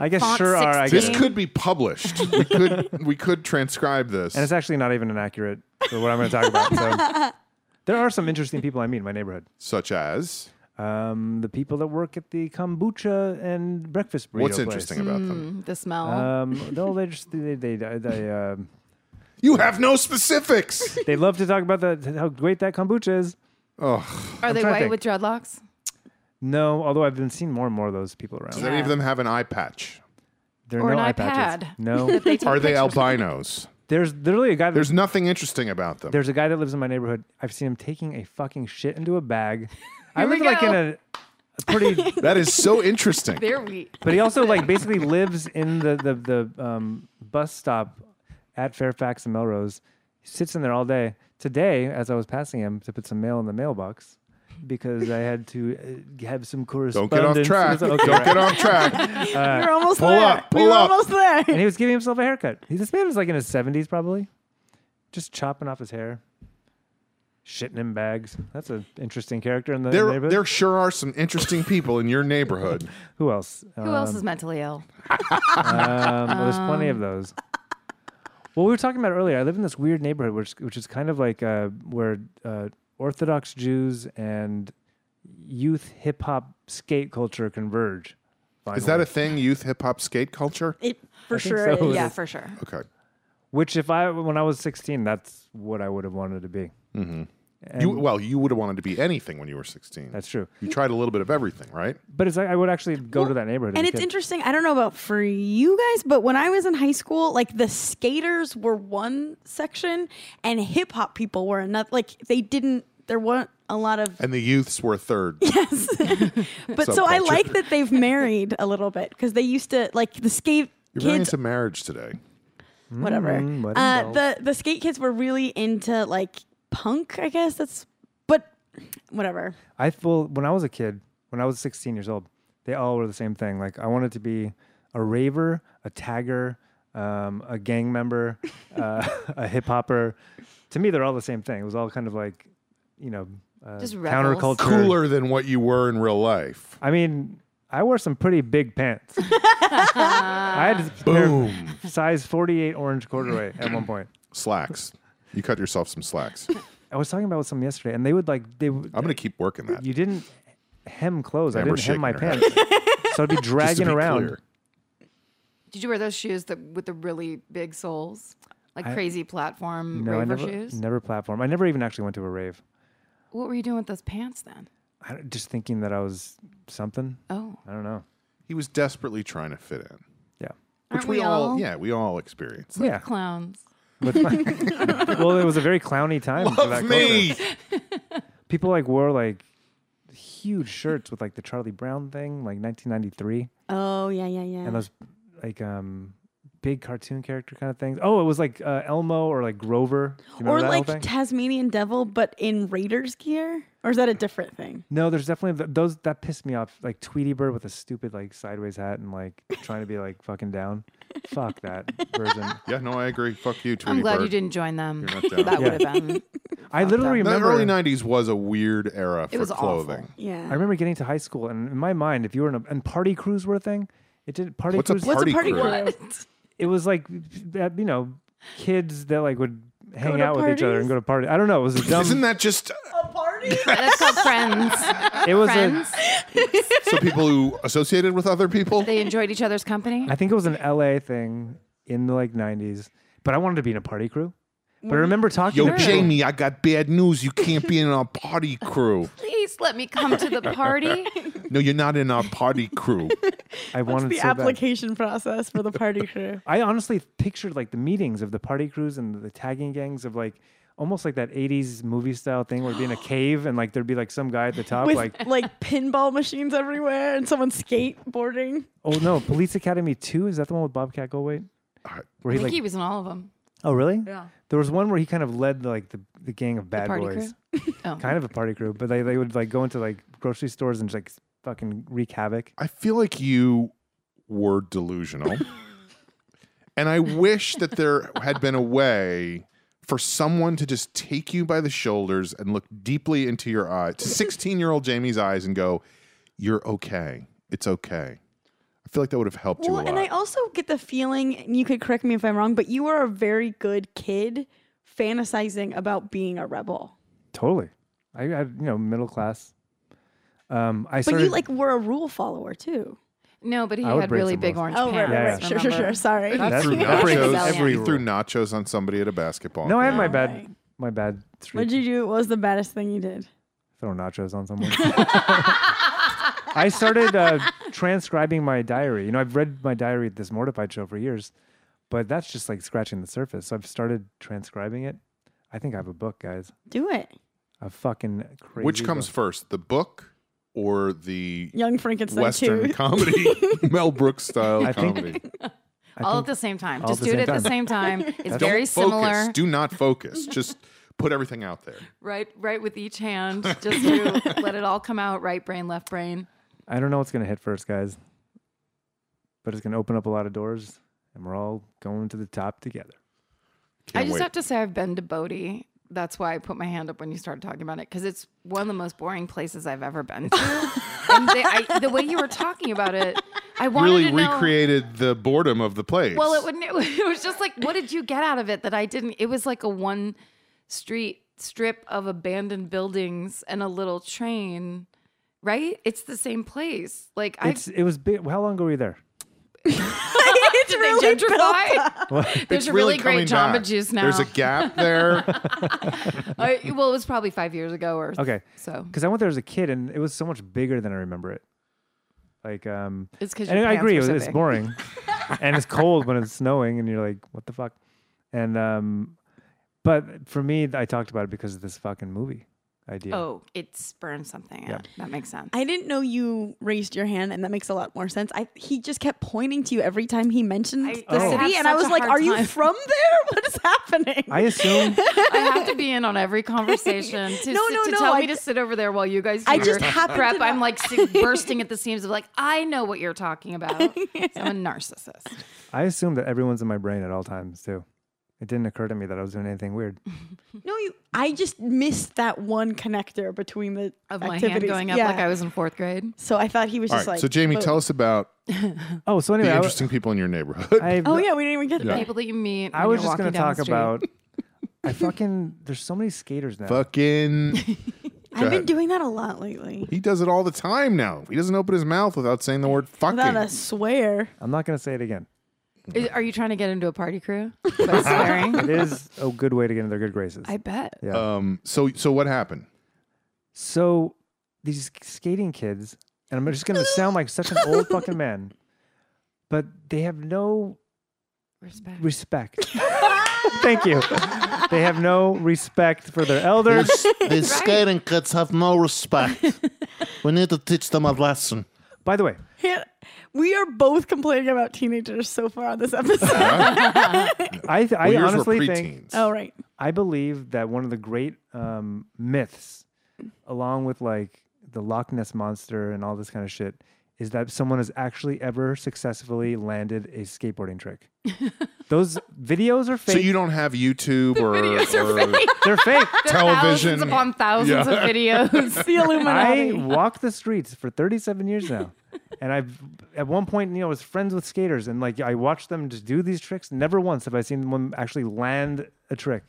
I guess
Font
sure are. I guess,
This
16.
and
could be published. We could we could transcribe this.
it's actually not even inaccurate for what I'm going to talk about. So there are some interesting people I meet in my neighborhood.
such as
Um, the people that work at the kombucha and breakfast burrito
what's
place.
interesting about them?
Mm, The smell.
Um, no, they just they they they, they, um,
You have no specifics.
they love to talk about the how great that kombucha is.
Are they
trying to
white
think.
with dreadlocks?
No, although I've been seeing more and more of those people around.
Does any of
Yeah.
them have an eye patch?
There are
Or
no
an
eye patches.
iPad.
No,
They take
Are they
pictures.
albinos?
there's literally a guy. That,
There's nothing interesting about them.
there's a guy that lives in my neighborhood. I've seen him taking a fucking shit into a bag. I
we
live like in
go.
a a pretty,
That is so interesting.
They're wheat.
but he also like basically lives in the the the um, bus stop at Fairfax and Melrose. He sits in there all day. Today, as I was passing him to put some mail in the mailbox. Because I had to uh, have some
Don't get
correspondence.
off track.
Okay,
Don't
right.
get off track.
You're almost
pull
there.
up,
we
pull
were
up.
almost there.
and he was giving himself a haircut. He- This man was like in his seventies, probably, just chopping off his hair, shitting in bags. That's an interesting character in the
There,
neighborhood.
there sure are some interesting people in your neighborhood.
Who else?
Who else is mentally ill?
Um, well, there's plenty of those. Well, we were talking about earlier. I live in this weird neighborhood, which which is kind of like uh, where uh, Orthodox Jews and youth hip hop skate culture converge.
Is that
finally.
a thing? Youth hip hop skate culture?
It for
I think
sure
so.
is.
Yeah, for sure.
Okay.
which if I when I was 16, that's what I would have wanted to be. Mm-hmm.
You well, you would have wanted to be anything when you were 16.
that's true.
you tried a little bit of everything, right?
But it's like I would actually go to that neighborhood. as
And
a
it's
kid.
interesting. I don't know about for you guys, but when I was in high school, like the skaters were one section and hip hop people were another. Like they didn't, there weren't a lot of.
And the youths were a third.
Yes. but so I
Subculture.
like that they've married a little bit because they used to, like the skate
You're very
kids
into marriage today.
whatever.
Mm, what
uh,
else?
the the skate kids were really into like punk, I guess. That's but whatever.
I feel when I was a kid, when I was 16 years old, they all were the same thing. Like I wanted to be a raver, a tagger, um, a gang member, uh, a hip hopper. To me, they're all the same thing. It was all kind of like, you know, uh,
Just rebels.
counterculture.
Cooler than what you were in real life.
I mean, I wore some pretty big pants. I had a pair of
Boom.
size 48 orange corduroy at one point.
Slacks. You cut yourself some slacks.
I was talking about with someone yesterday, and they would like they. would-
I'm going to keep working that.
You didn't hem clothes. I
Amber's
didn't hem my
shaking her
pants. so I'd be
Just to
dragging
be
around.
clear.
Did you wear those shoes that, with the really big soles? Like
I-
crazy platform
No, I
raver
never,
shoes?
never platform. I never even actually went to a rave.
What were you doing with those pants then?
I, don't- just thinking that I was something.
Oh.
I don't know.
He was desperately trying to fit in.
Yeah.
Which
Aren't we all?
yeah, we all experience.
Yeah.
Clowns.
With my- well, it was a very clowny time for that
Love
culture.
me.
People like wore like huge shirts with like the Charlie Brown thing, like 1993,
Oh yeah, yeah, yeah.
and those like um big cartoon character kind of things. Oh, it was like uh, Elmo or like Grover. Do you remember
or
that whole
like
thing?
Tasmanian devil, but in Raiders gear, or is that a different thing?
No, there's definitely th- those that pissed me off. Like Tweety Bird with a stupid like sideways hat and like trying to be like fucking down. Fuck that version.
Yeah, no, I agree. Fuck you, Tweety
I'm glad
Bird.
you didn't join them.
You're not down.
That
Yeah.
would have been.
I literally
The
remember.
early 90s was a weird era for
was awful.
clothing.
Yeah.
I remember getting to high school, and in my mind, if you were in a and party crews were a thing, it did party
What's a
crews.
party,
party
crew?
crew?
It was like that, you know, kids that like would hang
to
out with each other
parties?
and go to party. I don't know. It was a dumb.
Isn't that just
a party.
That's called friends.
it was a.
friends.
so people who associated with other people?
They enjoyed each other's company.
I think it was an LA thing in the like '90s. But I wanted to be in a party crew. But I remember talking
Mm-hmm. Yo,
to people-
Jamie, I got bad news. You can't be in our party crew.
Please let me come to the party.
No, you're not in our party crew.
I wanted
the
so bad.
application process for the party crew.
I honestly pictured like the meetings of the party crews and the tagging gangs of like almost like that 80s movie style thing where it'd be in a cave and like there'd be like some guy at the top
With
like
like, pinball machines everywhere and someone skateboarding.
oh no police academy 2 is that the one with bobcat goldthwait where he
I think
like
he was in all of them.
oh really
Yeah.
there was one where he kind of led the, like the, the gang of bad
party
boys
crew? Oh.
kind of a party crew but they, they would like go into like grocery stores and just like fucking wreak havoc
I feel like you were delusional. and I wish that there had been a way for someone to just take you by the shoulders and look deeply into your eye, to 16 year old Jamie's eyes, and go, You're okay. It's okay. I feel like that would have helped
Well,
you a
and I
lot.
also get the feeling, and you could correct me if I'm wrong, but you were a very good kid fantasizing about being a rebel.
totally i had you know middle class um i
But
started
you like were a rule follower too.
No, but he
I would
had
bring
really
some
big
more.
orange
Oh, right,
pants.
right,
Yeah.
right. Sure, sure,
remember?
sure. Sorry.
That's-
threw
that brings
nachos.
every
He threw
rule.
nachos on somebody at a basketball.
no i had my
Oh,
bad
right.
my bad three
What did you do? What was the baddest thing you did?
throw nachos on someone. I started uh, transcribing my diary. You know, I've read my diary at this Mortified show for years, but that's just like scratching the surface. So I've started transcribing it. I think I have a book, guys.
Do it.
A fucking crazy.
Which comes
book.
first, the book or the
Young Frankenstein
Western
2.
comedy, Mel Brooks style
I think-
comedy?
I
all at
think-
the same time.
all
Just
at
do
the
it
same
at the same time. It's
Don't
very
focus.
similar.
Do not focus. Just put everything out there.
Right, right with each hand. Just do, let it all come out. Right brain, left brain.
I don't know what's gonna hit first, guys, but it's gonna open up a lot of doors, and we're all going to the top together.
I
Can't
just
wait.
have to say I've been to Bodie. That's why I put my hand up when you started talking about it because it's one of the most boring places I've ever been to. and they, I, the way you were talking about it, I wanted
really
to know.
recreated the boredom of the place.
Well, it wouldn't. It was just like, what did you get out of it that I didn't? It was like a one street strip of abandoned buildings and a little train. Right? It's the same place. Like I
It's it was big. How long ago were you there?
it's
did
really
they gentrify? There's
It's
a really,
coming
great Jamba
back.
Juice now.
There's a gap there.
I- well, it was probably five years ago or
Okay,
so.
because I went there as a kid, and it was so much bigger than I remember it. Like, um,
It's because
and I agree,
Were
it's
so
it's
big.
boring, and it's cold when it's snowing, and you're like, "What the fuck?" And um, but for me, I talked about it because of this fucking movie idea.
Oh, it spurned something. Yeah, that makes sense.
I didn't know you raised your hand, and that makes a lot more sense. I he just kept pointing to you every time he mentioned
I-
the
I have
city, and
such
I was
a
like,
hard
"Are you
time."
from there? What is happening?"
I assume
I have to be in on every conversation to,
No,
sit-
no,
to
no,
tell
I
me to
ju-
sit over there while you guys do
I
your
just happened
prep.
to
I'm
know-
like si- bursting at the seams of like, I know what you're talking about. So I'm a narcissist.
I assume that everyone's in my brain at all times too. It didn't occur to me that I was doing anything weird.
no, you. I just missed that one connector between the
Of my
activities.
hand going up
Yeah.
like I was in fourth grade.
So I thought he was
All
just
right.
like.
so Jamie,
"Whoa."
tell us about
Oh, so
the
anyway, I w-
interesting people in your neighborhood.
I,
Oh yeah, we didn't even get to that.
People that you meet.
I
when
was
you're
just
walking
gonna
down the
talk
street.
about. I fucking there's so many skaters now.
Fucking.
I've been
ahead.
doing that a lot lately.
He does it all the time now. He doesn't open his mouth without saying the word fucking.
Without a swear.
I'm not gonna say it again.
Is- are you trying to get into a party crew? By swearing?
It is a good way to get into their good graces.
I bet.
yeah.
um. So so what happened?
So these skating kids, and I'm just going to sound like such an old fucking man, but they have no
Respect.
respect. Thank you. They have no respect for their elders.
These skating kids have no respect. we need to teach them a lesson.
By the way,
Yeah. We are both complaining about teenagers so far on this episode.
I, th-
Well,
I
yours
honestly
were
think
preteens.
oh right.
I believe that one of the great um, myths, along with like the Loch Ness monster and all this kind of shit, is that someone has actually ever successfully landed a skateboarding trick. Those videos are fake.
So you don't have YouTube or, or
They're fake.
television.
Thousands upon thousands of videos.
The
I
Illuminati.
walked the streets for 37 years now. And I've at one point, you know, I was friends with skaters and like I watched them just do these tricks. Never once have I seen one actually land a trick.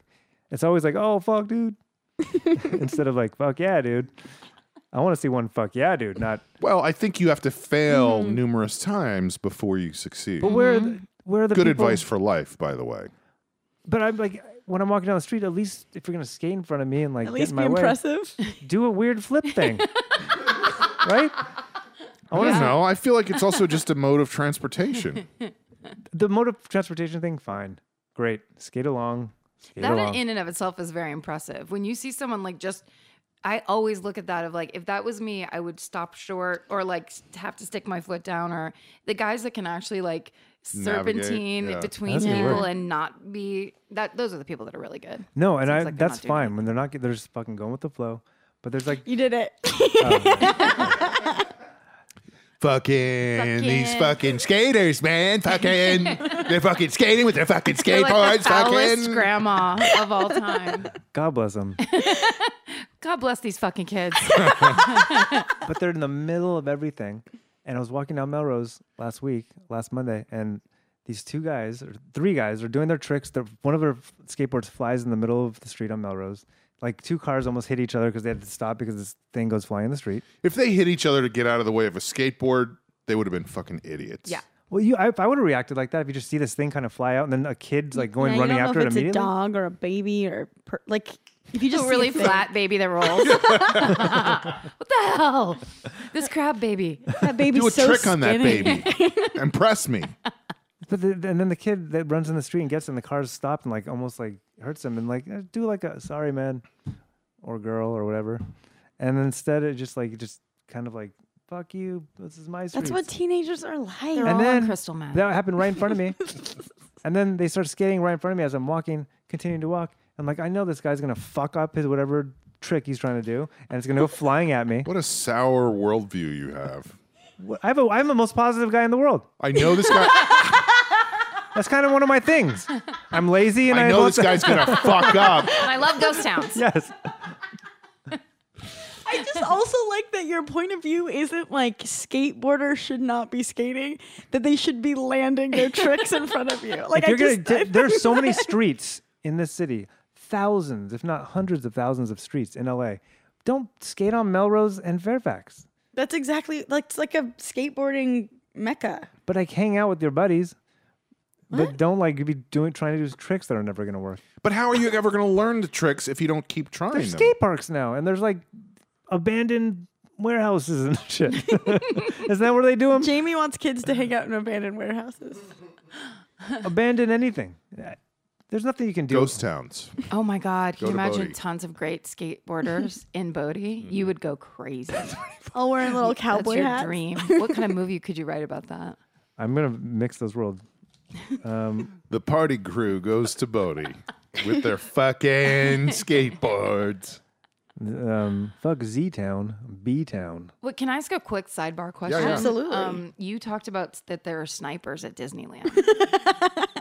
It's always like, oh fuck, dude. Instead of like, fuck yeah, dude. I want to see one fuck yeah, dude, not
Well, I think you have to fail
Hmm.
numerous times before you succeed.
but where are the, where are the
Good
people-
advice for life, by the way.
But I'm like, when I'm walking down the street, at least if you're gonna skate in front of me and like
At
get
least
in
be
my
impressive.
way, do a weird flip thing, right?
I don't know. I feel like it's also just a mode of transportation.
The mode of transportation thing, fine, great, skate along, skate
That
along.
in and of itself is very impressive. When you see someone like just, I always look at that of like, if that was me, I would stop short or like s- have to stick my foot down or the guys that can actually like
Navigate,
serpentine
yeah.
between
That's a good
people
word.
and not be that. Those are the people that are really good.
no, and I
Seems like they're
that's
not doing
fine when they're not. They're just fucking going with the flow. But there's like
You did it.
fucking, these fucking skaters, man. Fucking, they're fucking skating with their fucking
They're like
skateboards.
the foulest
fucking.
grandma of all time.
God bless them.
God bless these fucking kids.
but they're in the middle of everything. And I was walking down Melrose last week, last Monday, and these two guys or three guys are doing their tricks. They're, one of their f- skateboards flies in the middle of the street on Melrose. Like two cars almost hit each other because they had to stop because this thing goes flying in the street.
if they hit each other to get out of the way of a skateboard, they would have been fucking idiots.
Yeah.
Well, you, I, if I would have reacted like that, if you just see this thing kind of fly out and then a kid's like going
Yeah, you
running
don't know
after
if
it
it's
immediately.
a dog or a baby or per- like if you just
a
see
really
a thing-
flat baby that rolls. what the hell? This crab baby.
that baby's
Do a
so
trick on that
skinny.
baby. Impress me.
But the, and then the kid that runs in the street and gets in the car's stopped and like almost like hurts him and like eh, do like a sorry man or girl or whatever. And instead it just like just kind of like fuck you. This is my street.
That's what teenagers are like.
They're
and
all on
then
crystal meth.
that happened right in front of me. and then they start skating right in front of me as I'm walking, continuing to walk. I'm like, I know this guy's gonna fuck up his whatever trick he's trying to do, and it's gonna go flying at me.
What a sour worldview you have.
What- I have a, I'm the most positive guy in the world.
I know this guy.
That's kind of one of my things. I'm lazy and I,
I know
have
this
lots of-
guy's gonna fuck up.
And I love ghost towns.
Yes.
I just also like that your point of view isn't like skateboarders should not be skating, that they should be landing their tricks in front of you. Like
if you're
I just,
gonna, there's so many streets in this city, thousands, if not hundreds of thousands of streets in LA. Don't skate on Melrose and Fairfax,
that's exactly like it's like a skateboarding mecca.
but like hang out with your buddies. But don't like be doing trying to do tricks that are never gonna work.
But how are you ever gonna learn the tricks if you don't keep trying
There's
them?
skate parks now, and there's like abandoned warehouses and shit. Isn't that where they do them?
Um, Jamie wants kids to hang out in abandoned warehouses.
Abandon anything. There's nothing you can do.
Ghost towns.
Oh my God. Can you
to
imagine
Bodie. Mm-hmm.
tons of great skateboarders in Bodie? You would go crazy.
All wearing little
That's
cowboy
your
hats.
dream. What kind of movie could you write about that?
I'm gonna mix those worlds. Um,
The party crew goes to Bodie with their fucking skateboards.
um, fuck Z Town, B Town.
What can I ask a quick sidebar question?
yeah.
Absolutely.
Um, you talked about that there are snipers at Disneyland,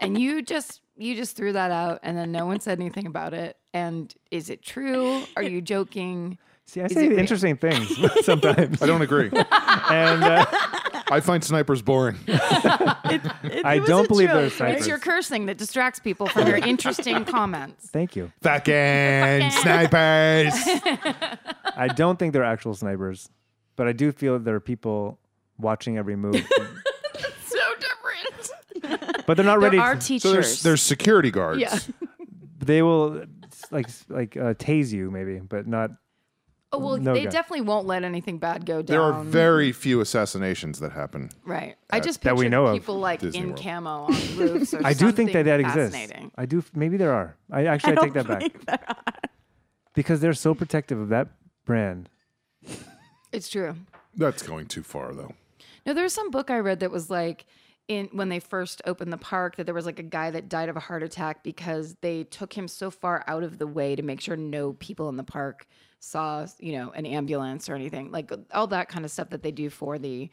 and you just you just threw that out, and then no one said anything about it. And is it true? Are you joking?
See, I
Is
say
it real?
interesting things sometimes,
I don't agree.
and uh,
I find snipers boring.
It-
I
it was
don't
a
believe
joke,
there's
It's
snipers.
your cursing that distracts people from your interesting comments.
thank you.
Fucking snipers.
I don't think they're actual snipers, but I do feel that there are people watching every move,
So different.
but they're not ready.
There are
to-
teachers.
So there's there's security guards.
Yeah.
they will uh, s- like s- like uh, tase you maybe, but not.
Oh, well,
No
they
go.
definitely won't let anything bad go down.
There are very few assassinations that happen.
right. I just
that
picture
we know of.
people like
Disney
in
World.
camo on roofs. Or
I do think that
something
that exists.
fascinating.
I do. f- Maybe there are. I actually I,
don't
take that back because they're so protective of that brand.
It's true.
That's going too far though.
No, there was some book I read that was like in when they first opened the park that there was like a guy that died of a heart attack because they took him so far out of the way to make sure no people in the park saw, you know, an ambulance or anything. Like all that kind of stuff that they do for the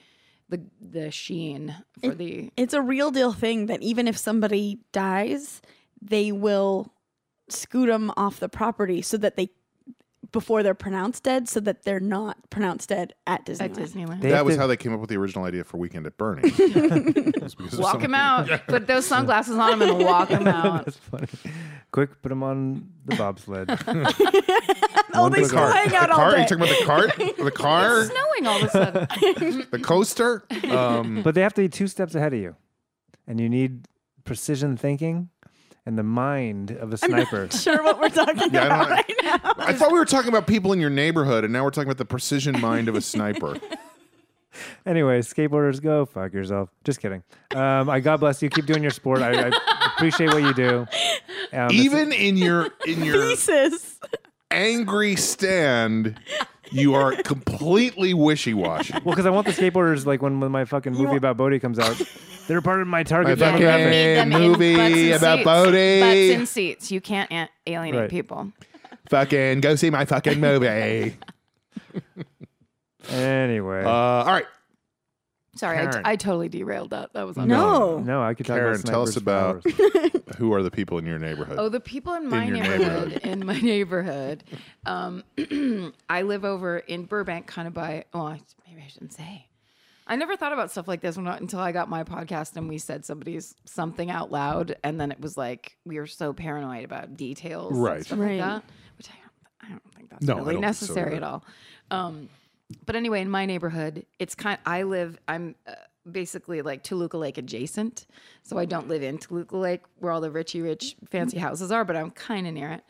the the sheen for the
it's a real deal thing that even if somebody dies, they will scoot them off the property so that they before they're pronounced dead, so that they're not pronounced dead at Disneyland.
at Disneyland.
They
that
have
was
to-
how they came up with the original idea for Weekend at Bernie's. It was because of
Walk
some-
him out. Put those sunglasses on him and walk him out.
That's funny. Quick, put them on the bobsled.
Oh, they
One
still
cart.
hang
The
out all
car? Are
day.
you talking about the cart? The car?
Snowing all of a sudden.
The coaster? Um,
but they have to be two steps ahead of you, and you need precision thinking, and the mind of a
I'm not
sniper.
sure what we're talking
Yeah, I
about
don't-
right now.
I thought we were talking about people in your neighborhood, and now we're talking about the precision mind of a sniper.
anyway, skateboarders, go fuck yourself. Just kidding. Um, I God bless you. Keep doing your sport. I, I appreciate what you do. Um, it's-
Even in your in your
Pieces.
angry stand, you are completely wishy washy.
well, because I want the skateboarders like when, when my fucking movie about Bodhi comes out, they're part of my target
My fucking-
demographic.
Hey,
Them in
movie
butts and
about
seats.
Bodhi.
Butts in seats. You can't a- alienate
Right.
people.
fucking go see my fucking movie.
Anyway,
Uh, all right,
Sorry, I,
Karen.
I totally derailed that. That was on
No.
no, I could talk
Karen,
about
tell us
snipers for
about
hours.
who are the people in your neighborhood?
Oh, the people in my
your
neighborhood,
neighborhood.
In my neighborhood. Um, I live over in Burbank, kind of by. Oh, I- maybe I shouldn't say. I never thought about stuff like this when, until I got my podcast and we said somebody's something out loud, and then it was like we were so paranoid about details, and
Right.
stuff
Right.
Like that, which I don't, I don't think that's
No, I
really
don't think so
necessary
either.
at all. Um, but anyway, in my neighborhood, it's kind. I live. I'm uh, basically like Toluca Lake adjacent, so I don't live in Toluca Lake where all the richy rich fancy houses are, but I'm kind of near it.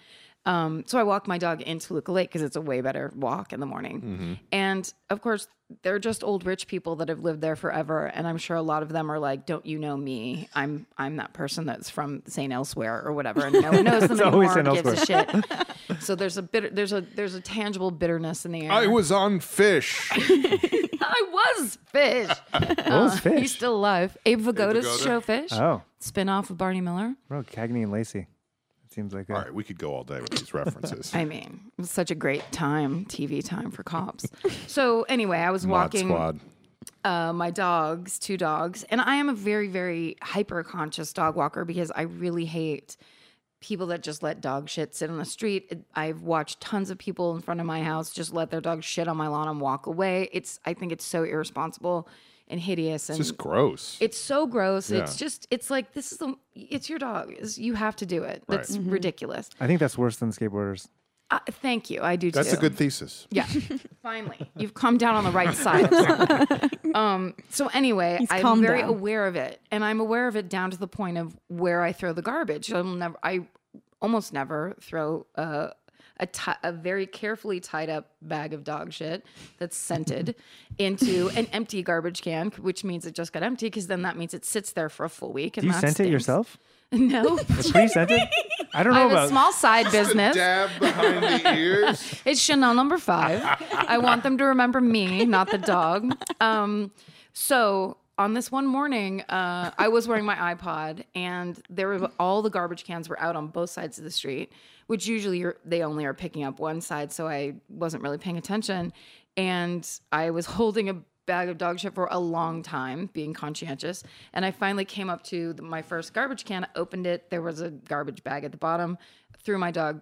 Um, so I walk my dog in Toluca Lake because it's a way better walk in the morning.
Mm-hmm.
And of course, they're just old rich people that have lived there forever, and I'm sure a lot of them are like, "Don't you know me? I'm I'm that person that's from St. Elsewhere or whatever, and no one knows them
It's always St.
anymore. Gives a shit." so there's a bitter, there's a there's a tangible bitterness in the air.
I was on fish.
I was fish.
What was fish?
He's still alive. Abe Vigoda's
Vigoda.
show Fish,
oh,
spin off of Barney Miller.
bro, Cagney and Lacey. It seems like a,
All right, we could go all day with these references.
I mean, it was such a great time, TV time for cops. so anyway, I was
Mod
walking
Squad.
uh, my dogs, two dogs, and I am a very, very hyper conscious dog walker because I really hate people that just let dog shit sit on the street. It- I've watched tons of people in front of my house just let their dog shit on my lawn and walk away. It's I think it's so irresponsible and hideous and
This is gross.
It's so gross. It's
Yeah.
just it's like this is the it's your dog. It's- you have to do it.
Right.
That's ridiculous.
I think that's worse than skateboarders.
Uh, thank you. I do too.
That's a good thesis.
Yeah. Finally, you've come down on the right side. of something. um, so anyway, I'm
calmed
very
down.
aware of it, and I'm aware of it down to the point of where I throw the garbage. I'll never, I almost never throw a a, ti- a very carefully tied up bag of dog shit that's scented into an empty garbage can, which means it just got empty. Because then that means it sits there for a full week. And
Do you
that
scent it
stinks.
yourself?
No,
Pre scented? I don't
I
know
have a
about.
small side business.
Dab behind the ears.
It's Chanel number five. I want them to remember me, not the dog. Um, so on this one morning, uh, I was wearing my iPod, and there were all the garbage cans were out on both sides of the street, which usually you're, they only are picking up one side. So I wasn't really paying attention, and I was holding a bag of dog shit for a long time, being conscientious. And I finally came up to the, my first garbage can, I opened it. There was a garbage bag at the bottom. Threw my dog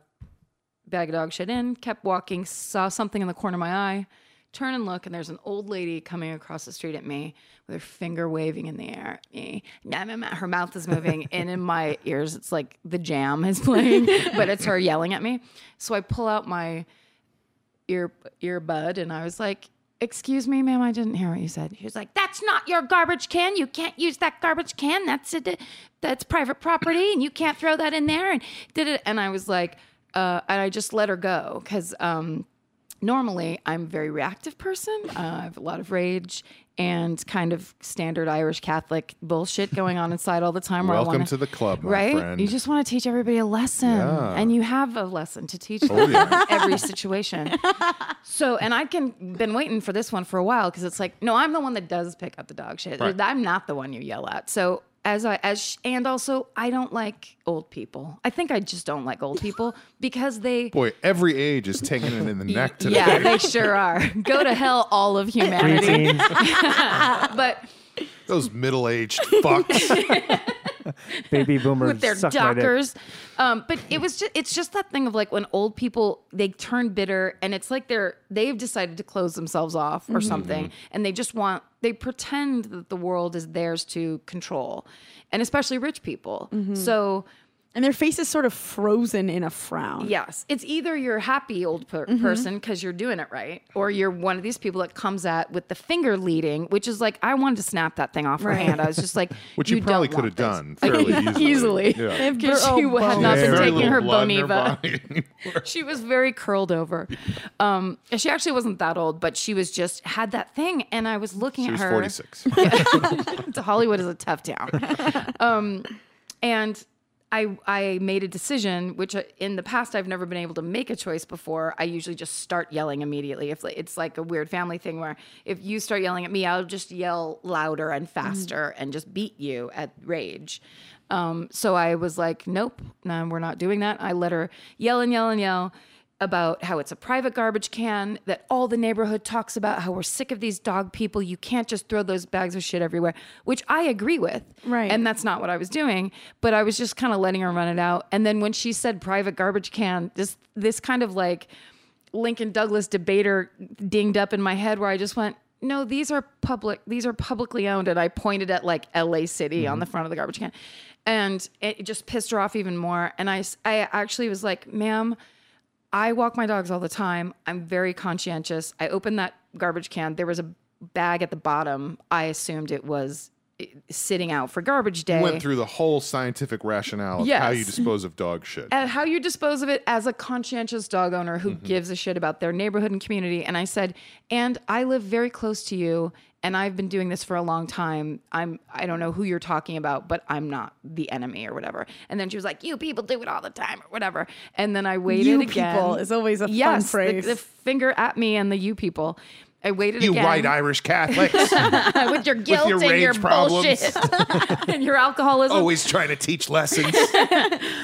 bag of dog shit in, kept walking, saw something in the corner of my eye, turn and look, and there's an old lady coming across the street at me with her finger waving in the air at me. Nah, nah, nah. Her mouth is moving, and in my ears, it's like the jam is playing, but it's her yelling at me. So I pull out my ear earbud and I was like, Excuse me, ma'am, I didn't hear what you said. She was like, That's not your garbage can. You can't use that garbage can. That's a, that's private property and you can't throw that in there. And did it and I was like, uh, and I just let her go because um normally I'm a very reactive person. Uh, I have a lot of rage and kind of standard Irish Catholic bullshit going on inside all the time. where I
Welcome
wanna-
to the club, my
right?
friend.
You just want to teach everybody a lesson,
Yeah.
and you have a lesson to teach them
Oh, yeah.
in every situation. So, and I can been waiting for this one for a while because it's like, no, I'm the one that does pick up the dog shit.
Right.
I'm not the one you yell at. So as I as sh- and also I don't like old people. I think I just don't like old people because they.
Boy, every age is taking it in the neck today.
Yeah, they sure are. Go to hell, all of humanity.
Pre-teens.
But
Those middle-aged fucks.
baby boomers
with their
suck my dick.
dockers. Um, but it was just it's just that thing of like when old people they turn bitter and it's like they're they've decided to close themselves off or
Mm-hmm.
something and they just want they
Mm-hmm.
pretend that the world is theirs to control and especially rich people. So
And their face is sort of frozen in a frown.
Yes. It's either you're happy old per-
Mm-hmm.
person because you're doing it right, or you're one of these people that comes at with the finger leading, which is like, I wanted to snap that thing off her hand. I was just like,
Which you,
don't
probably could
want
have
this.
done fairly easily.
Easily.
Yeah.
Because she
Oh,
had not been
Very
taking
little
her
blood in
Boniva.
body.
she was very curled over. Um, and she actually wasn't that old, but she was just had that thing. And I was looking
she
at
was
her.
46.
to Hollywood is a tough town. Um, and I I made a decision, which uh, in the past I've never been able to make a choice before. I usually just start yelling immediately. If like- it's like a weird family thing where if you start yelling at me, I'll just yell louder and faster and just beat you at rage. Um, so I was like, nope, no, we're not doing that. I let her yell and yell and yell about how it's a private garbage can, that all the neighborhood talks about how we're sick of these dog people. You can't just throw those bags of shit everywhere, which I agree with.
Right.
And that's not what I was doing, but I was just kind of letting her run it out. And then when she said private garbage can, this this kind of like Lincoln Douglas debater dinged up in my head where I just went, no, these are public. These are publicly owned, and I pointed at like L.A. City on the front of the garbage can, and it just pissed her off even more. And I, s- I actually was like, "Ma'am, I walk my dogs all the time. I'm very conscientious. I opened that garbage can. There was a bag at the bottom. I assumed it was eh, sitting out for garbage day.
Went through the whole scientific rationale of how you
Yes.
dispose of dog shit.
At how you dispose of it as a conscientious dog owner who
Mm-hmm.
gives a shit about their neighborhood and community. And I said, and I live very close to you, and I've been doing this for a long time. I'm I don't know who you're talking about, but I'm not the enemy or whatever. And then she was like, "You people do it all the time or whatever." And then I waited
You
again.
people is always a fun
yes, the-
phrase.
The, finger at me and the you people. I waited
you
again
white Irish Catholics
with your guilt
your
and your
rage problems. Oh,
bullshit and your alcoholism.
always trying to teach lessons.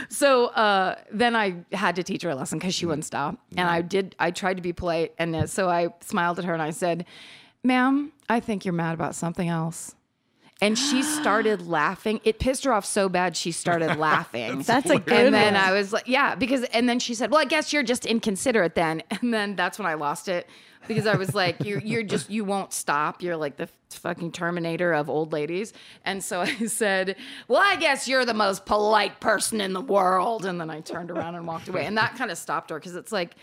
So uh, then I had to teach her a lesson because she wouldn't stop. And I did, I tried to be polite. And uh, so I smiled at her and I said, Ma'am, I think you're mad about something else. And she started laughing. It pissed her off so bad she started laughing.
That's a good
And then
one.
I was like, yeah, because and then she said, "Well, I guess you're just inconsiderate then." And then that's when I lost it because I was like, "You you're just you won't stop. You're like the fucking terminator of old ladies." And so I said, "Well, I guess you're the most polite person in the world." And then I turned around and walked away. And that kind of stopped her cuz it's like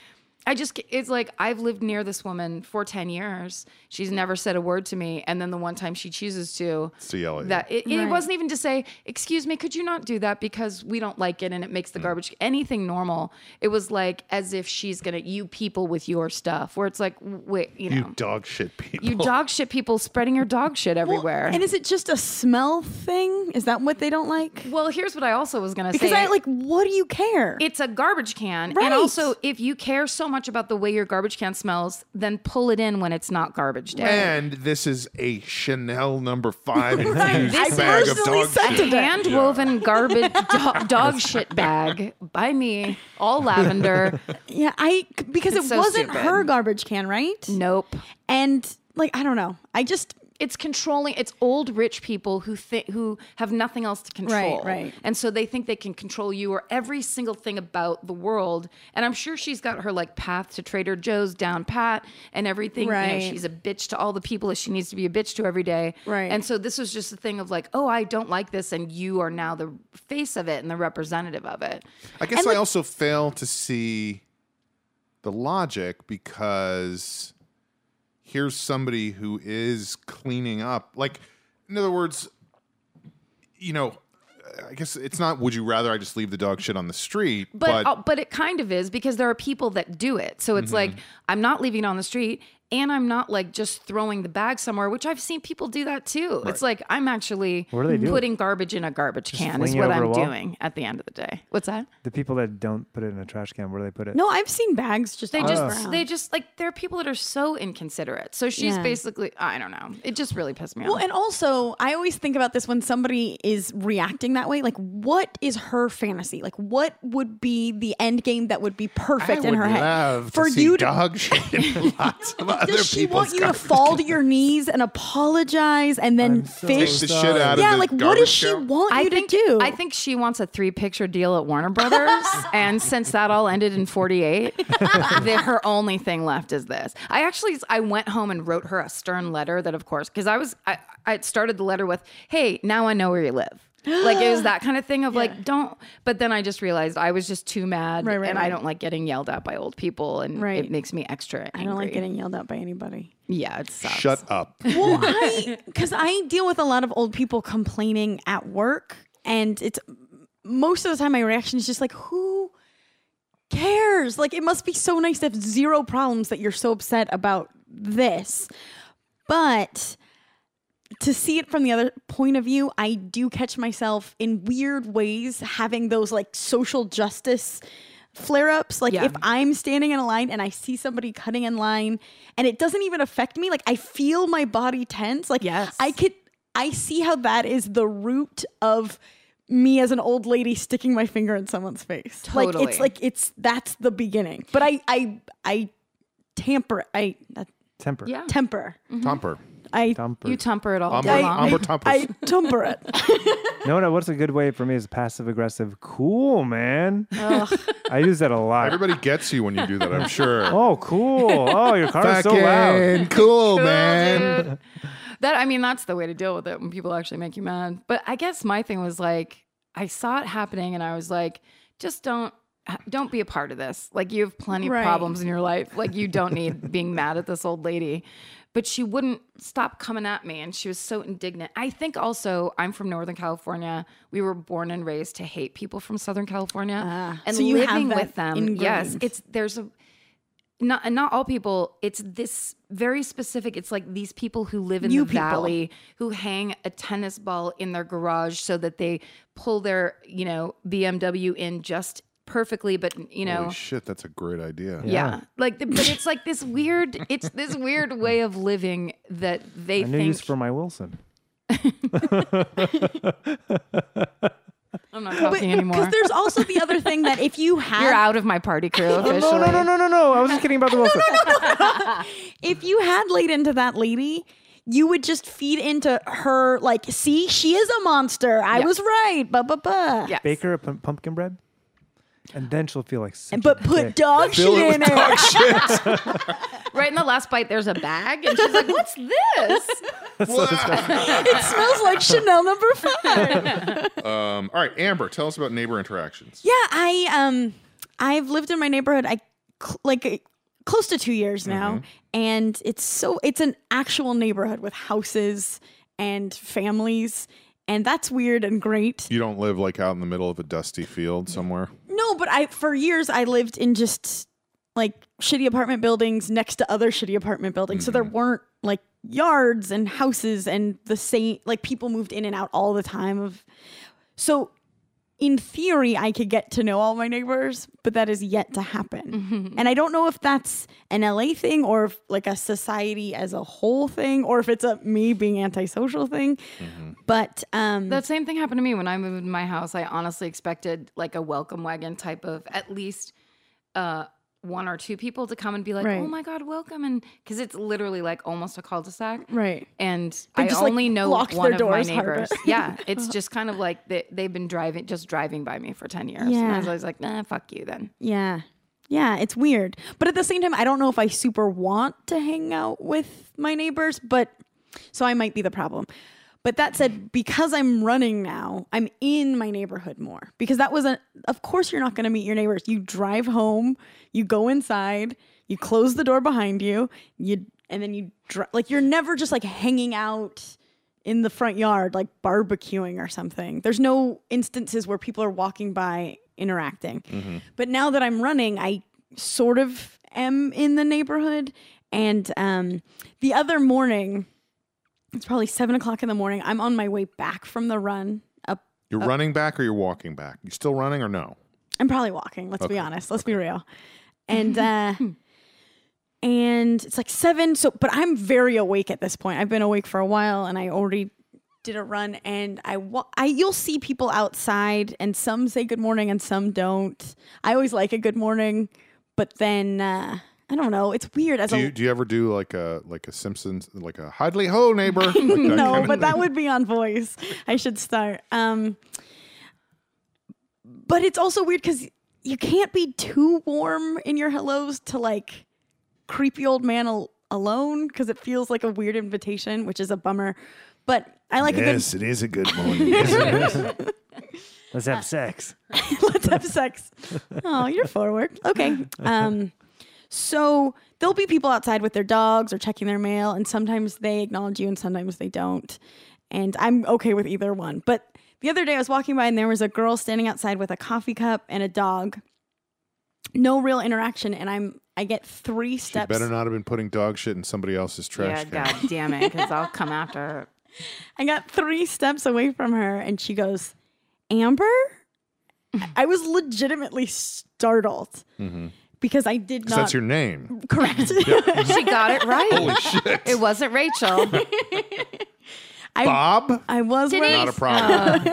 I just, it's like I've lived near this woman for 10 years. She's never said a word to me. And then the one time she chooses to,
to yell at you.
that it,
Right.
it wasn't even to say, excuse me, could you not do that because we don't like it and it makes the garbage anything normal. It was like as if she's gonna you people with your stuff, where it's like, wait, you know,
You
you,
dog shit people.
dog shit people spreading your dog shit
Well,
everywhere. Well,
and is it just a smell thing? Is that what they don't like?
here's what I also was gonna
Because
say.
I like, what do you care?
it's a garbage can.
Right.
And also, if you care so much about the way your garbage can smells, then pull it in when it's not garbage day.
And this is a Chanel number five infused
I
bag of
personally
dog
sent
shit.
it.
hand woven garbage do- dog shit bag by me, all lavender.
yeah, I because it
It's so
wasn't
stupid.
her garbage can, right?
Nope.
And like, I don't know. I just
It's controlling. It's old rich people who think who have nothing else to control,
right.
And so they think they can control you or every single thing about the world. And I'm sure she's got her like path to Trader Joe's down pat and everything. You know,
Right.
she's a bitch to all the people that she needs to be a bitch to every day.
Right.
And so this was just a thing of like, oh, I don't like this, and you are now the face of it and the representative of it.
I guess
And,
I
like-
also fail to see the logic because here's somebody who is cleaning up. Like, in other words, you know, I guess it's not would you rather I just leave the dog shit on the street,
but uh, but it kind of is because there are people that do it. So
Mm-hmm.
it's like I'm not leaving it on the street and I'm not like just throwing the bag somewhere, which I've seen people do that too. It's like I'm actually
What do they do?
putting garbage in a garbage can is
fling it
what
over a
I'm
wall?
doing at the end of the day. What's that?
The people that don't put it in a trash can, where do they put it?
no, I've seen bags just
They
Oh.
on
just
the ground.
they just like there are people that are so inconsiderate. So she's
Yeah.
basically I don't know. It just really pissed me
Well,
off.
and also, I always think about this when somebody is reacting that way. Like, what is her fantasy? Like, what would be the end game that would be
I
perfect
would
in her
love
head
to see dog shit in lots of other
Does she want
people's
you to
garbage
fall to your knees and apologize and then
I'm so
Take
fish?
the
Sorry.
shit out
yeah,
of the
like what
garbage
does she
can.
want you
think,
to do?
I think she wants a three picture deal at Warner Brothers. and since that all ended in 48, the, her only thing left is this. I actually, I went home and wrote her a stern letter that of course, cause I was, I, I started the letter with, Hey, now I know where you live. like it was that kind of thing of like don't but then i just realized i was just too mad
Right, right,
and i
right.
don't like getting yelled at by old people and
Right.
it makes me extra angry
I don't like getting yelled at by anybody.
yeah it sucks
Shut up.
Well, I because I deal with a lot of old people complaining at work, and it's most of the time my reaction is just like, who cares? Like, it must be so nice to have zero problems that you're so upset about this, but. To see it from the other point of view, I do catch myself in weird ways having those like social justice flare ups. Like
Yeah.
if I'm standing in a line and I see somebody cutting in line and it doesn't even affect me, like I feel my body tense. Like
Yes.
I could I see how that is the root of me as an old lady sticking my finger in someone's face. Like
Totally.
it's like it's that's the beginning. But I I I tamper I uh,
Temper.
yeah
temper.
Tomper.
I
Temper.
you temper it all
Umber,
day long
umber tompers.
I temper it.
no, no. What's a good way for me is passive aggressive. Cool, man. I use that a lot.
Everybody gets you when you do that, I'm sure.
Oh, cool. Oh, your car is so loud.
Fucking cool, man.
Dude. that I mean, that's the way to deal with it when people actually make you mad. But I guess my thing was like, I saw it happening, and I was like, just don't. Don't be a part of this. Like you have plenty
Right.
of problems in your life. Like you don't need being mad at this old lady. But she wouldn't stop coming at me and she was so indignant. I think also I'm from Northern California. We were born and raised to hate people from Southern California
Ah,
and
so you have
living
that
with them. Yes,
ingrained.
it's there's a not and not all people. It's this very specific. It's like these people who live in
You
the
people.
valley who hang a tennis ball in their garage so that they pull their you know BMW in just perfectly, but you know.
Holy shit, that's a great idea.
yeah. like, the, but it's like this weird. It's this weird way of living that they
A new
think.
use for my Wilson.
I'm not talking anymore.
Because there's also the other thing that if you have
You're out of my party crew officially.
Oh, No, no, no, no, no, no. I was just kidding about the Wilson.
if you had laid into that lady, you would just feed into her like, see, she is a monster. I
Yeah.
was right. Ba ba ba.
Yes.
Bake her a pum- pumpkin bread, and then she'll feel like. Such
And- But
a
put
dick.
dog shit
Fill it with
in it.
dog shit.
Right in the last bite, there's a bag, and she's like, "What's this?"
It smells like Chanel number five.
Um, all right, Amber, tell us about neighbor interactions.
Yeah, I um, I've lived in my neighborhood. I cl- like uh, close to two years now, and it's so it's an actual neighborhood with houses and families, and that's weird and great.
You don't live like out in the middle of a dusty field somewhere.
No, but I for years I lived in just like shitty apartment buildings next to other shitty apartment buildings. So there weren't like yards and houses and the same like people moved in and out all the time of so in theory I could get to know all my neighbors, but that is yet to happen. And I don't know if that's an LA thing or if, like a society as a whole thing or if it's a me being antisocial thing. But um
That same thing happened to me when I moved in my house. I honestly expected like a welcome wagon type of at least uh, one or two people to come and be like,
Right.
"Oh my god, welcome!" And because it's literally like almost a cul-de-sac,
right.
and
They
I
just, like,
only know
locked
one
their
of my
doors, Harvard.
neighbors. yeah, it's just kind of like they, they've been driving, just driving by me for ten years. And I
Yeah.
was always like, "Nah, fuck you." Then
Yeah. Yeah, it's weird. But at the same time, I don't know if I super want to hang out with my neighbors, but so I might be the problem. But that said, because I'm running now, I'm in my neighborhood more because that was a, of course, you're not going to meet your neighbors. You drive home, you go inside, you close the door behind you, you, and then you, dri- like, you're never just like hanging out in the front yard, like barbecuing or something. There's no instances where people are walking by interacting. But now that I'm running, I sort of am in the neighborhood. And um, the other morning, it's probably seven o'clock in the morning. I'm on my way back from the run. Up,
You're running back or you're walking back? You still running or no?
I'm probably walking. Let's be honest. Let's be real. And uh, and it's like seven. So, but I'm very awake at this point. I've been awake for a while, and I already did a run. And I, wa- I, you'll see people outside, and some say good morning, and some don't. I always like a good morning, but then uh, I don't know. It's weird as
Do
a
you, do you ever do like a like a Simpsons like a Hidley Ho neighbor? Like that kind
no,
of
but that
thing?
would be on voice. I should start. Um, but it's also weird because you can't be too warm in your hellos to like creepy old man al- alone because it feels like a weird invitation, which is a bummer. But I like
yes, it is a good morning. isn't it?
Let's have sex.
a good let's have sex. Oh, you're forward. Okay. Um, so there'll be people outside with their dogs or checking their mail, and sometimes they acknowledge you and sometimes they don't. And I'm okay with either one. But the other day I was walking by and there was a girl standing outside with a coffee cup and a dog. No real interaction, and I'm I get three
she
steps.
better not have been putting dog shit in somebody else's
Yeah,
trash can.
god damn it, because I'll come after her.
I got three steps away from her, and she goes, Amber? I was legitimately startled
Mm-hmm.
because I did
'Cause
not.
That's your name.
correct.
She got it right.
Holy shit.
It wasn't Rachel.
Bob?
I was
Not
wearing,
a problem.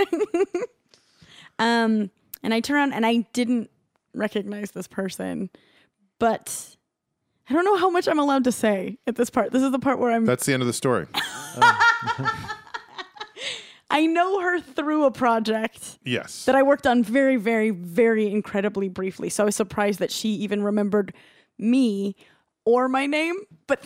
um, and I turn around and I didn't recognize this person, but I don't know how much I'm allowed to say at this part. This is the part where I'm.
That's the end of the story.
I know her through a project
Yes.
that I worked on very, very, very incredibly briefly. So I was surprised that she even remembered me or my name. But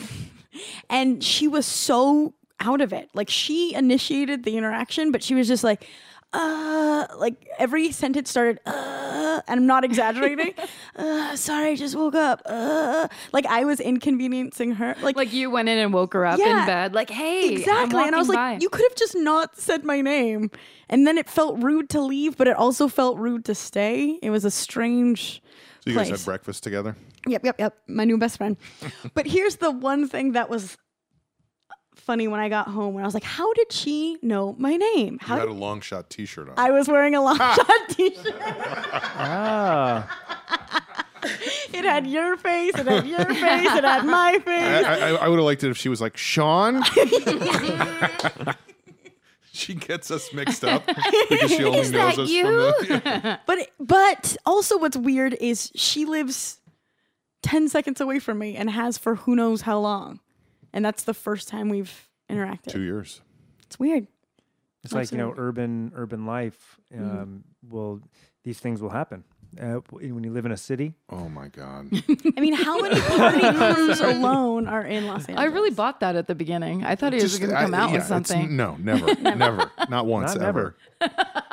and she was so out of it. Like she initiated the interaction, but she was just like, uh, like every sentence started, uh, and I'm not exaggerating. uh, sorry, I just woke up. Uh, like I was inconveniencing her. Like,
Like you went in and woke her up
Yeah.
in bed. Like, hey, I'm
Exactly. And I was
walking
like,
by.
you could have just not said my name. And then it felt rude to leave, but it also felt rude to stay. It was a strange
so you guys
place.
had breakfast together?
Yep, yep, yep. My new best friend. but here's the one thing that was funny when I got home when I was like, how did she know my name?
You
How
had
did
a long shot t shirt on.
I was wearing a long shot t-shirt.
Ah,
It had your face, it had your face, it had my
I,
face.
I, I would have liked it if she was like, Sean? she gets us mixed up because she only
Is
knows
that
us
you?
from the.
But but also what's weird is she lives 10 seconds away from me and has for who knows how long. And that's the first time we've interacted.
Two years.
It's weird.
it's like you know, urban urban life. Um,
Mm.
Will these things will happen uh, w- when you live in a city?
Oh my God.
I mean, how many party houses alone are in Los Angeles?
I really bought that at the beginning. I thought he was
Just-
going to
I-
come out
yeah,
with
it's-
something.
No, never. never. Not once,
Not
ever.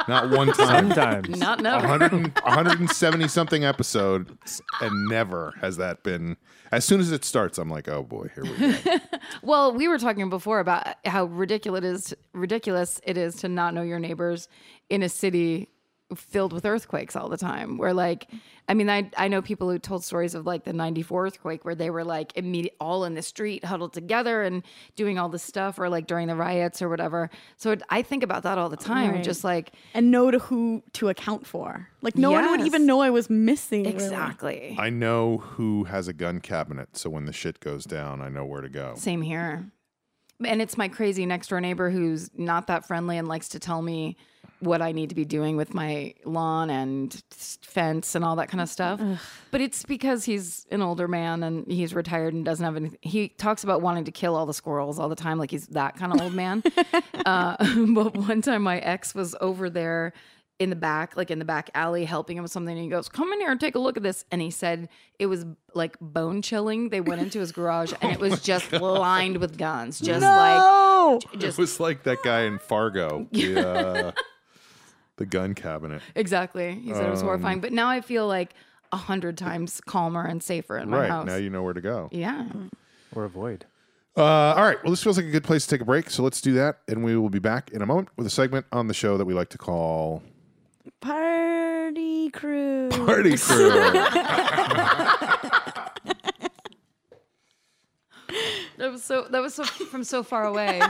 Not one time.
Sometimes
Not
A
never.
hundred and- a hundred and 170 something episodes, and never has that been. As soon as it starts, I'm like, oh boy, here we go.
Well, we were talking before about how ridiculous it is ridiculous it is to not know your neighbors in a city filled with earthquakes all the time. Where like, I mean, I I know people who told stories of like the '94 earthquake where they were like immediate all in the street huddled together and doing all this stuff, or like during the riots or whatever. So it, I think about that all the time,
Right.
just like
and know to who to account for. Like no one would
Yes.
even know I was missing. really.
exactly
I know who has a gun cabinet, so when the shit goes down, I know where to go.
Same here. And it's my crazy next door neighbor who's not that friendly and likes to tell me what I need to be doing with my lawn and s- fence and all that kind of stuff. But it's because he's an older man and he's retired and doesn't have anything. He talks about wanting to kill all the squirrels all the time, like he's that kind of old man. uh, but one time my ex was over there in the back, like in the back alley, helping him with something. And he goes, Come in here and take a look at this. And he said it was like bone chilling. They went into his garage and
Oh
it was just lined with guns, just
No.
like,
It
just
was like that guy in Fargo, the, uh, the gun cabinet.
exactly. He said it was
Um,
horrifying. But now I feel like a hundred times calmer and safer in my
Right
house.
now, you know where to go.
yeah.
or avoid.
Uh, all right. Well, this feels like a good place to take a break, so let's do that, and we will be back in a moment with a segment on the show that we like to call
Party crew.
Party Crew.
That was so that was so from so far away.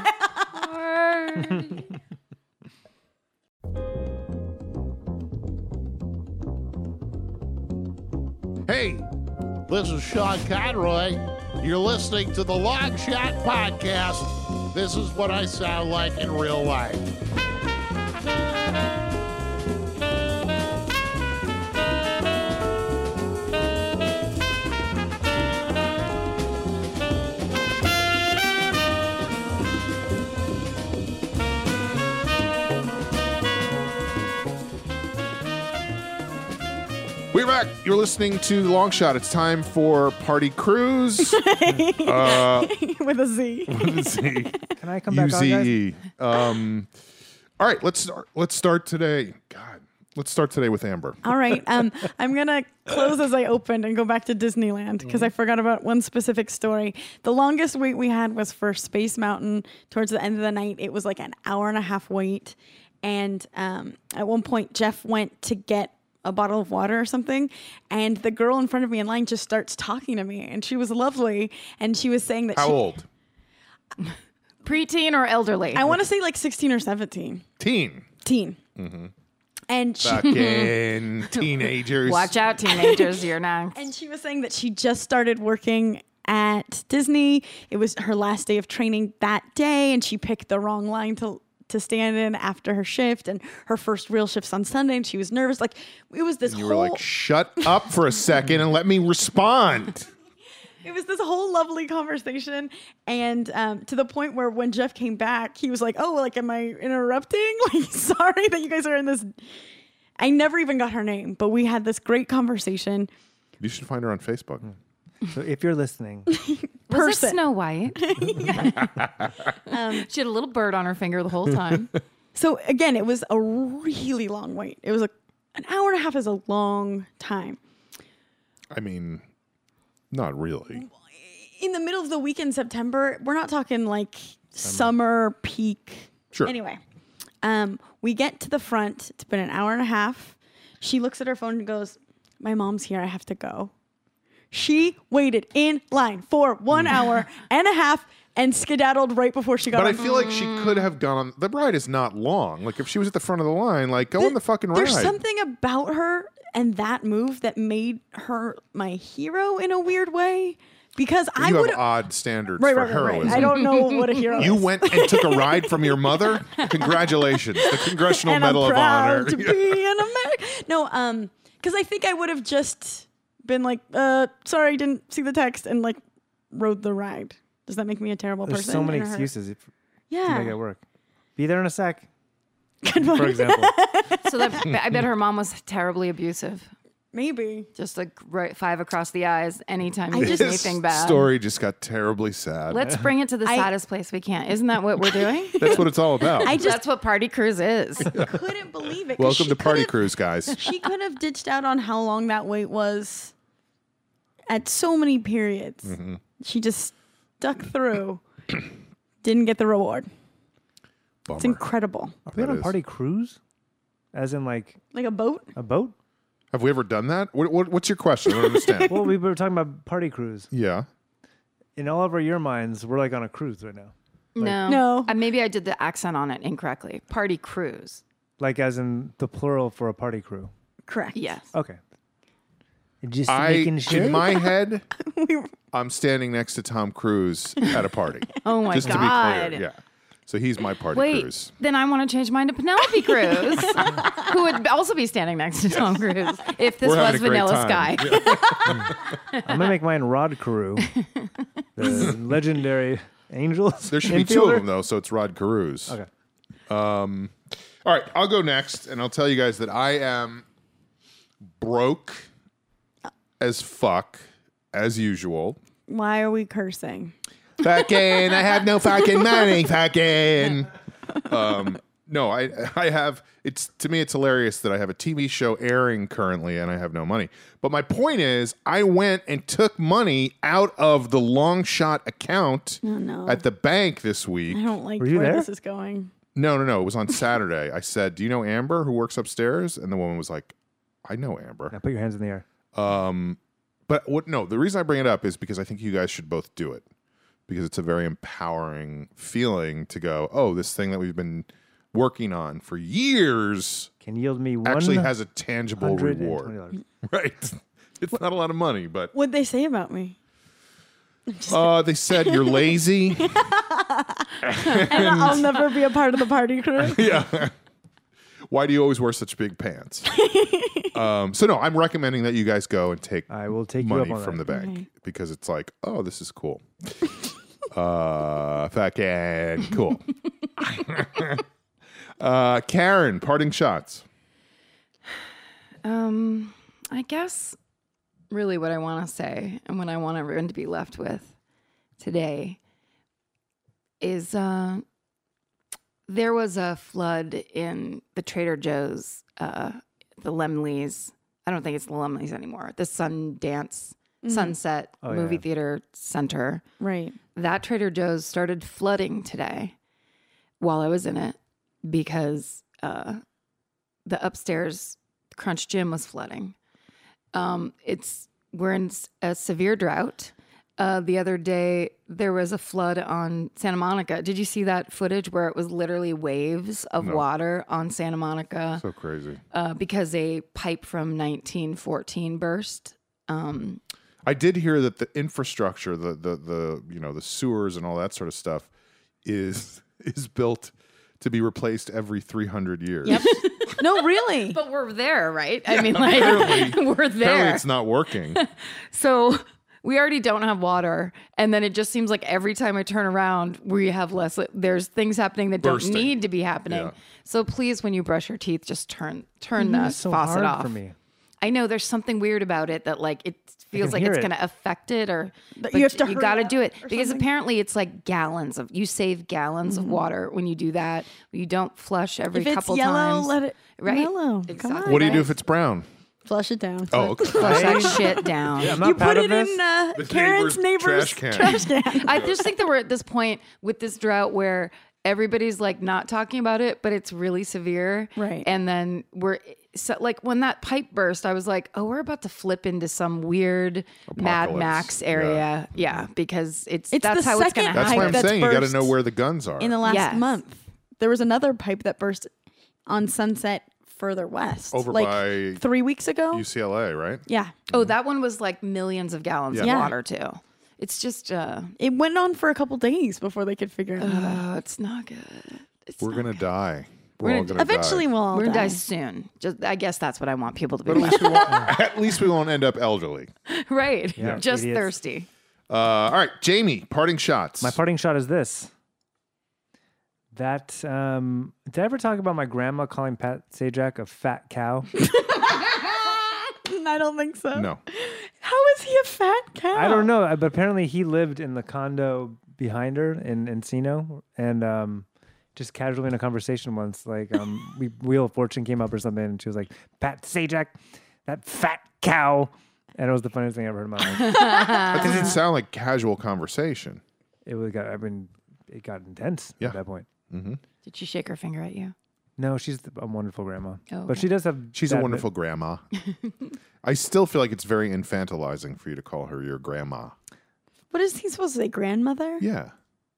Hey, this is Sean Conroy. You're listening to the Long Shot Podcast. This is what I sound like in real life.
We We're back. You're listening to Long Shot. It's time for Party Cruise. uh,
with a Z.
Z-
Can I come back on, guys?
UZE. Um, all right, let's start. Let's start today. God, let's start today with Amber.
All right. Um, I'm going to close as I opened and go back to Disneyland because I
Mm-hmm.
forgot about one specific story. The longest wait we had was for Space Mountain towards the end of the night. It was like an hour and a half wait. And um, at one point, Jeff went to get a bottle of water or something. And the girl in front of me in line just starts talking to me. And she was lovely. And she was saying that
How
she,
old?
Preteen or elderly?
I want to say like 16 or 17,
Teen.
teen.
Mm-hmm.
And she,
Fucking teenagers.
Watch out, teenagers. You're not.
And she was saying that she just started working at Disney. It was her last day of training that day, and she picked the wrong line to to stand in after her shift and her first real shift's on Sunday and she was nervous. Like it was this
You were
whole
like, shut up for a second and let me respond.
it was this whole lovely conversation. And um, to the point where when Jeff came back, he was like, Oh, like am I interrupting? Like sorry that you guys are in this I never even got her name, but we had this great conversation.
You should find her on Facebook.
So if you're listening,
Was it
Person. Um,
Snow White? she had a little bird on her finger the whole time.
So again, it was a really long wait. It was a, an hour and a half is a long time.
I mean, not really.
In the middle of the week in September, we're not talking like summer, peak.
Sure.
Anyway, um, we get to the front. It's been an hour and a half. She looks at her phone and goes, "My mom's here. I have to go." She waited in line for one hour and a half and skedaddled right before she got.
Hmm. But I
on-
feel like she could have gone on. The ride is not long. Like if she was at the front of the line, like go on the fucking ride.
There's something about her and that move that made her my hero in a weird way because I
you
would
have odd standards
right,
for
right, right, right.
heroism.
I don't know what a hero
You
is.
went and took a ride from your mother. Congratulations, the Congressional
and
Medal
I'm
of
proud
Honor.
to be an American. No, um, because I think I would have just been like, uh, sorry, didn't see the text, and like rode the ride. Does that make me a terrible
there's
person?
so many
in her-
excuses if, to make it
Yeah.
work. Be there in a sec,
Good
for
one.
example.
So that, I bet her mom was terribly abusive.
Maybe.
Just like right, five across the eyes anytime you
I
did
just-
anything bad.
story just got terribly sad.
Let's bring it to the
I-
saddest place we can. Isn't that what we're doing?
That's what it's all about.
I just
That's what party cruise is.
couldn't believe it. 'cause
Welcome
she
to Party
could've-
Cruise, guys.
she could have ditched out on how long that wait was at so many periods. She just stuck through, didn't get the reward. It's
Bummer.
incredible.
Are we
That
on a
is.
party cruise? As in like
Like a boat?
a boat?
Have we ever done that? What, what, what's your question? I don't understand.
Well, we were talking about party cruise.
yeah.
In all of our your minds, we're like on a cruise right now.
No.
No.
Uh, maybe I did the accent on it incorrectly. Party cruise.
Like as in the plural for a party crew.
Correct.
Yes.
Okay. Just
I
making sure.
in my head, I'm standing next to Tom Cruise at a party.
Oh my
just
God.
to be clear, yeah. So he's my party
Wait,
cruise.
then I want to change mine to Penelope Cruz, who would also be standing next to Tom Cruise if this
We're having a
was
great
Vanilla Sky.
time. Yeah.
I'm gonna make mine Rod Carew, the legendary Angels.
There should be two of them though, so it's Rod Carews.
Okay.
All right, I'll go next, and I'll tell you guys that I am broke as fuck as usual.
Why are we cursing?
Fucking, I have no fucking money. Fucking. Um, no, I I have. It's to me, it's hilarious that I have a TV show airing currently, and I have no money. But my point is, I went and took money out of the long shot account
no.
at the bank this week.
I don't like
Were you
where
there?
this is going.
No, no, no. It was on Saturday. I said, "Do you know Amber who works upstairs?" And the woman was like, "I know Amber."
Now put your hands in the air.
But what? No, the reason I bring it up is because I think you guys should both do it because it's a very empowering feeling to go, "Oh, this thing that we've been working on for years
Can yield me one
actually has a tangible
hundred and
reward."
twenty dollars.
Right? It's not a lot of money, but
What'd they say about me?
uh, they said you're lazy.
And I'll never be a part of the party crew.
Why do you always wear such big pants? um, so no, I'm recommending that you guys go and take
I will take
money
you up on
from
that.
the bank because it's like, oh, this is cool. uh, fucking cool. uh, Karen, parting shots.
Um, I guess really what I want to say and what I want everyone to be left with today is uh, there was a flood in the Trader Joe's, uh, the Lemleys. I don't think it's the Lemleys anymore. The Sundance Sunset
Oh,
Movie
yeah.
Theater Center
Right.
that Trader Joe's started flooding today while I was in it because uh, the upstairs Crunch Gym was flooding. Um, it's we're in s- a severe drought. Uh, the other day there was a flood on Santa Monica. Did you see that footage where it was literally waves of water on Santa Monica
So crazy.
uh, because a pipe from 1914 burst? Um,
I did hear that the infrastructure, the the the you know the sewers and all that sort of stuff, is is built to be replaced every three hundred years.
Yep.
No, really.
But we're there, right? I mean, like
apparently.
we're
Apparently,
there.
it's not working.
So we already don't have water, and then it just seems like every time I turn around, we have less. There's things happening that
Bursting.
don't need to be happening.
Yeah.
So please, when you brush your teeth, just turn turn that
It's so
faucet
hard
off.
for me.
I know there's something weird about it that like it feels like
hear
it's
it.
going to affect it or
But you have to
you
hurry
gotta
up
do it
or something.
because
Mm-hmm.
apparently it's like gallons of you save gallons of water when you do that. You don't flush every
If it's
couple
yellow,
times.
let it-
right.
yellow. Come
Exactly.
on,
what do you do
right?
if it's brown?
Flush it down.
Oh, okay.
flush that
I-
shit down.
I'm not
you put
proud of
it
this.
in uh,
The
Karen's
neighbor's
neighbor's,
trash
trash can.
I just think that we're at this point with this drought where everybody's like not talking about it, but it's really severe.
Right.
And then we're so like when that pipe burst, I was like, oh, we're about to flip into some weird Mad
Apocalypse.
Max area. Yeah. because it's,
It's
that's
the
how it's going to
second
That's
happen.
why
Pipe
I'm
that's
saying you got to
burst.
know where the guns are.
In the last
Yes.
month, there was another pipe that burst on Sunset further west,
Over
like
by
three weeks ago.
UCLA, right?
yeah,
Oh, that one was like millions of gallons of
Yeah.
water too. It's just, uh,
it went on for a couple days before they could figure it out.
oh, it's not good. It's
We're
not-
gonna die. We're,
We're
all
gonna-
gonna
Eventually,
die.
we'll all
we're gonna die
die.
soon. Just, I guess that's what I want people to be
But at
like.
least we won't. at least we won't end up elderly.
right?
Yeah.
Just
Idiots.
thirsty.
Uh, all right, Jamie. Parting shots.
My parting shot is this. That um, did I ever talk about my grandma calling Pat Sajak a fat cow?
I don't think so.
no.
How is he a fat cow?
I don't know, but apparently he lived in the condo behind her in Encino, and um, just casually in a conversation once, like um, we Wheel of Fortune came up or something, and she was like, "Pat Sajak, that fat cow," and it was the funniest thing I ever heard in my life.
That doesn't sound like casual conversation.
it was got, I mean, it got intense
Yeah.
at that point.
Did she shake her finger at you?
No, she's a wonderful grandma,
Oh,
but she does have.
She's
that
a
bit-
wonderful grandma. I still feel like it's very infantilizing for you to call her your grandma.
What is he supposed to say, grandmother?
Yeah.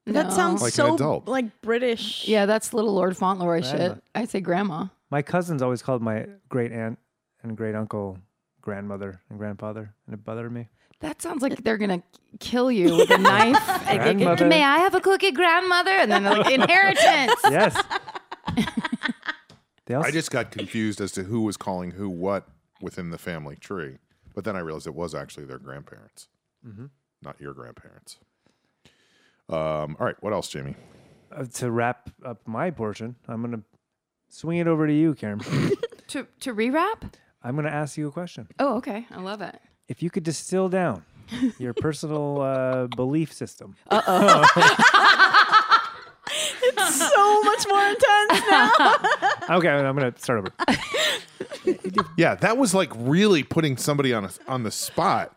No.
That sounds
Like an
so
adult.
like British.
Yeah, that's little Lord Fauntleroy shit. I say grandma.
My cousins always called my great aunt and great uncle grandmother and grandfather, and it bothered me.
That sounds like they're gonna kill you with a knife. Like,
Grandmother.
May I have a cookie, grandmother? And then like inheritance.
Yes. they also
I just got confused as to who was calling who what within the family tree. But then I realized it was actually their grandparents, not your grandparents. Um, all right. What else, Jamie?
uh, to wrap up my portion, I'm gonna swing it over to you, Karen.
to to rewrap?
I'm gonna ask you a question.
Oh, okay. I love it.
If you could distill down your personal uh, belief system,
Uh,
so much more intense now.
okay, I'm gonna start over.
Yeah, that was like really putting somebody on a, on the spot.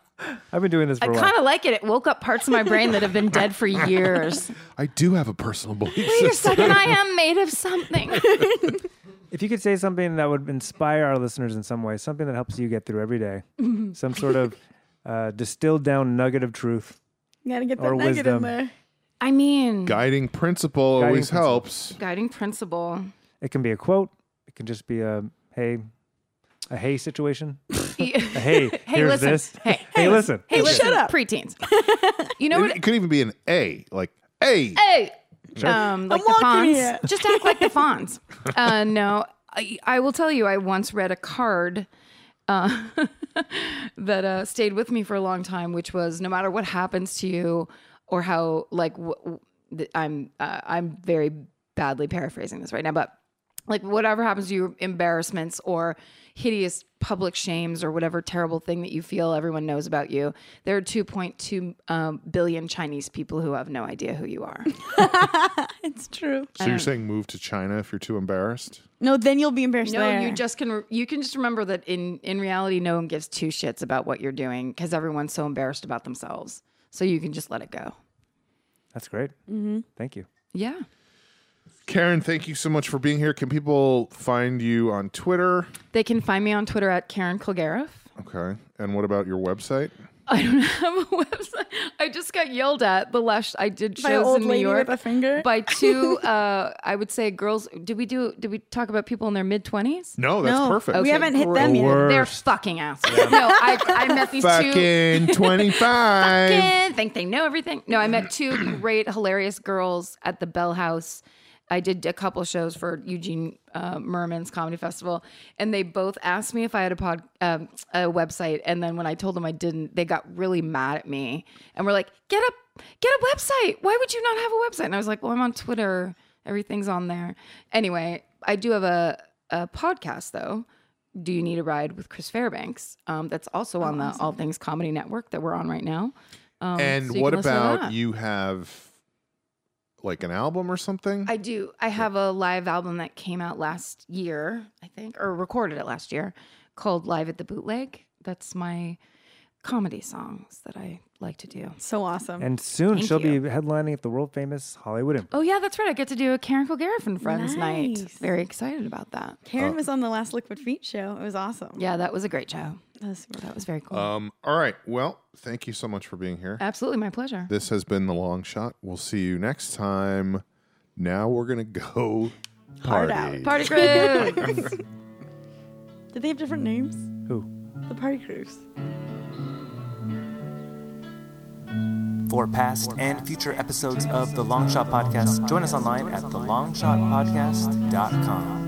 I've been doing this
I
for a while.
kind of like it. It woke up parts of my brain that have been dead for years.
I do have a personal belief
Wait a
system.
second, I am made of something.
If you could say something that would inspire our listeners in some way, something that helps you get through every day, some sort of uh, distilled down nugget of truth.
Gotta get that
Or
nugget
wisdom.
in there.
I mean,
Guiding principle
Guiding
always
principle.
helps.
guiding principle.
It can be a quote. It can just be a hey, a hey situation. A hey,
Hey,
here's
listen.
this.
Hey,
hey, listen.
Hey, listen,
Shut up.
preteens. You know
It,
what?
it could even be an A, like A.
hey, um, like the
walking
fawns.
here.
Just act like the fawns. Uh, no, I, I will tell you, I once read a card uh, that uh, stayed with me for a long time, which was no matter what happens to you or how, like, w- w- th- I'm, uh, I'm very badly paraphrasing this right now, but like whatever happens to your embarrassments or hideous public shames or whatever terrible thing that you feel everyone knows about you there are 2.2 um, billion chinese people who have no idea who you are
It's true.
So you're saying move to China if you're too embarrassed?
No, then you'll be embarrassed.
no
there.
you just can you can just remember that in in reality no one gives two shits about what you're doing because everyone's so embarrassed about themselves so you can just let it go
That's great.
Mm-hmm.
Thank you.
yeah
Karen, thank you so much for being here. Can people find you on Twitter?
they can find me on twitter at karen kilgariff
Okay. And what about your website?
I don't have a website. I just got yelled at the last I did
By
shows
an old
in New
lady with
York
a finger?
by two. Uh, I would say girls. Did we do? Did we talk about people in their mid twenties?
No, Oh, that's
No,
perfect.
We haven't hit them yet.
Worst.
They're fucking assholes. No, I, I met these two.
Fucking 25.
Fucking think they know everything. No, I met two great, hilarious girls at the Bell House. I did a couple shows for Eugene uh, Merman's Comedy Festival, and they both asked me if I had a pod, um, a website. And then when I told them I didn't, they got really mad at me and were like, "Get a get a website. Why would you not have a website?" And I was like, "Well, I'm on Twitter. Everything's on there." Anyway, I do have a, a podcast though. Do you need a ride with Chris Fairbanks? Um, that's also on the All Things Comedy Network that we're on right now. Um,
and
so you
what
can listen to
about
that.
you have like an album or something?
I do. I have a live album that came out last year, I think, or recorded it last year, called Live at the Bootleg. That's my comedy songs that I like to do.
so awesome.
And soon
Thank
she'll
you.
be headlining at the world famous Hollywood Imp.
Oh yeah, that's right. I get to do a Karen Kilgariff and Friends night.
Nice.
Very excited about that.
Karen was on the last Liquid Feet show. It was awesome.
Yeah, that was a great show.
That was super
That was very cool.
um, all right. Well, thank you so much for being here.
Absolutely, my pleasure.
This has been the long shot. We'll see you next time. Now we're gonna go
Hard
party.
out.
Party crew.
Did they have different names?
Who?
The party crews.
For past and future episodes of the Long Shot Podcast, join us online at thelongshotpodcast.com.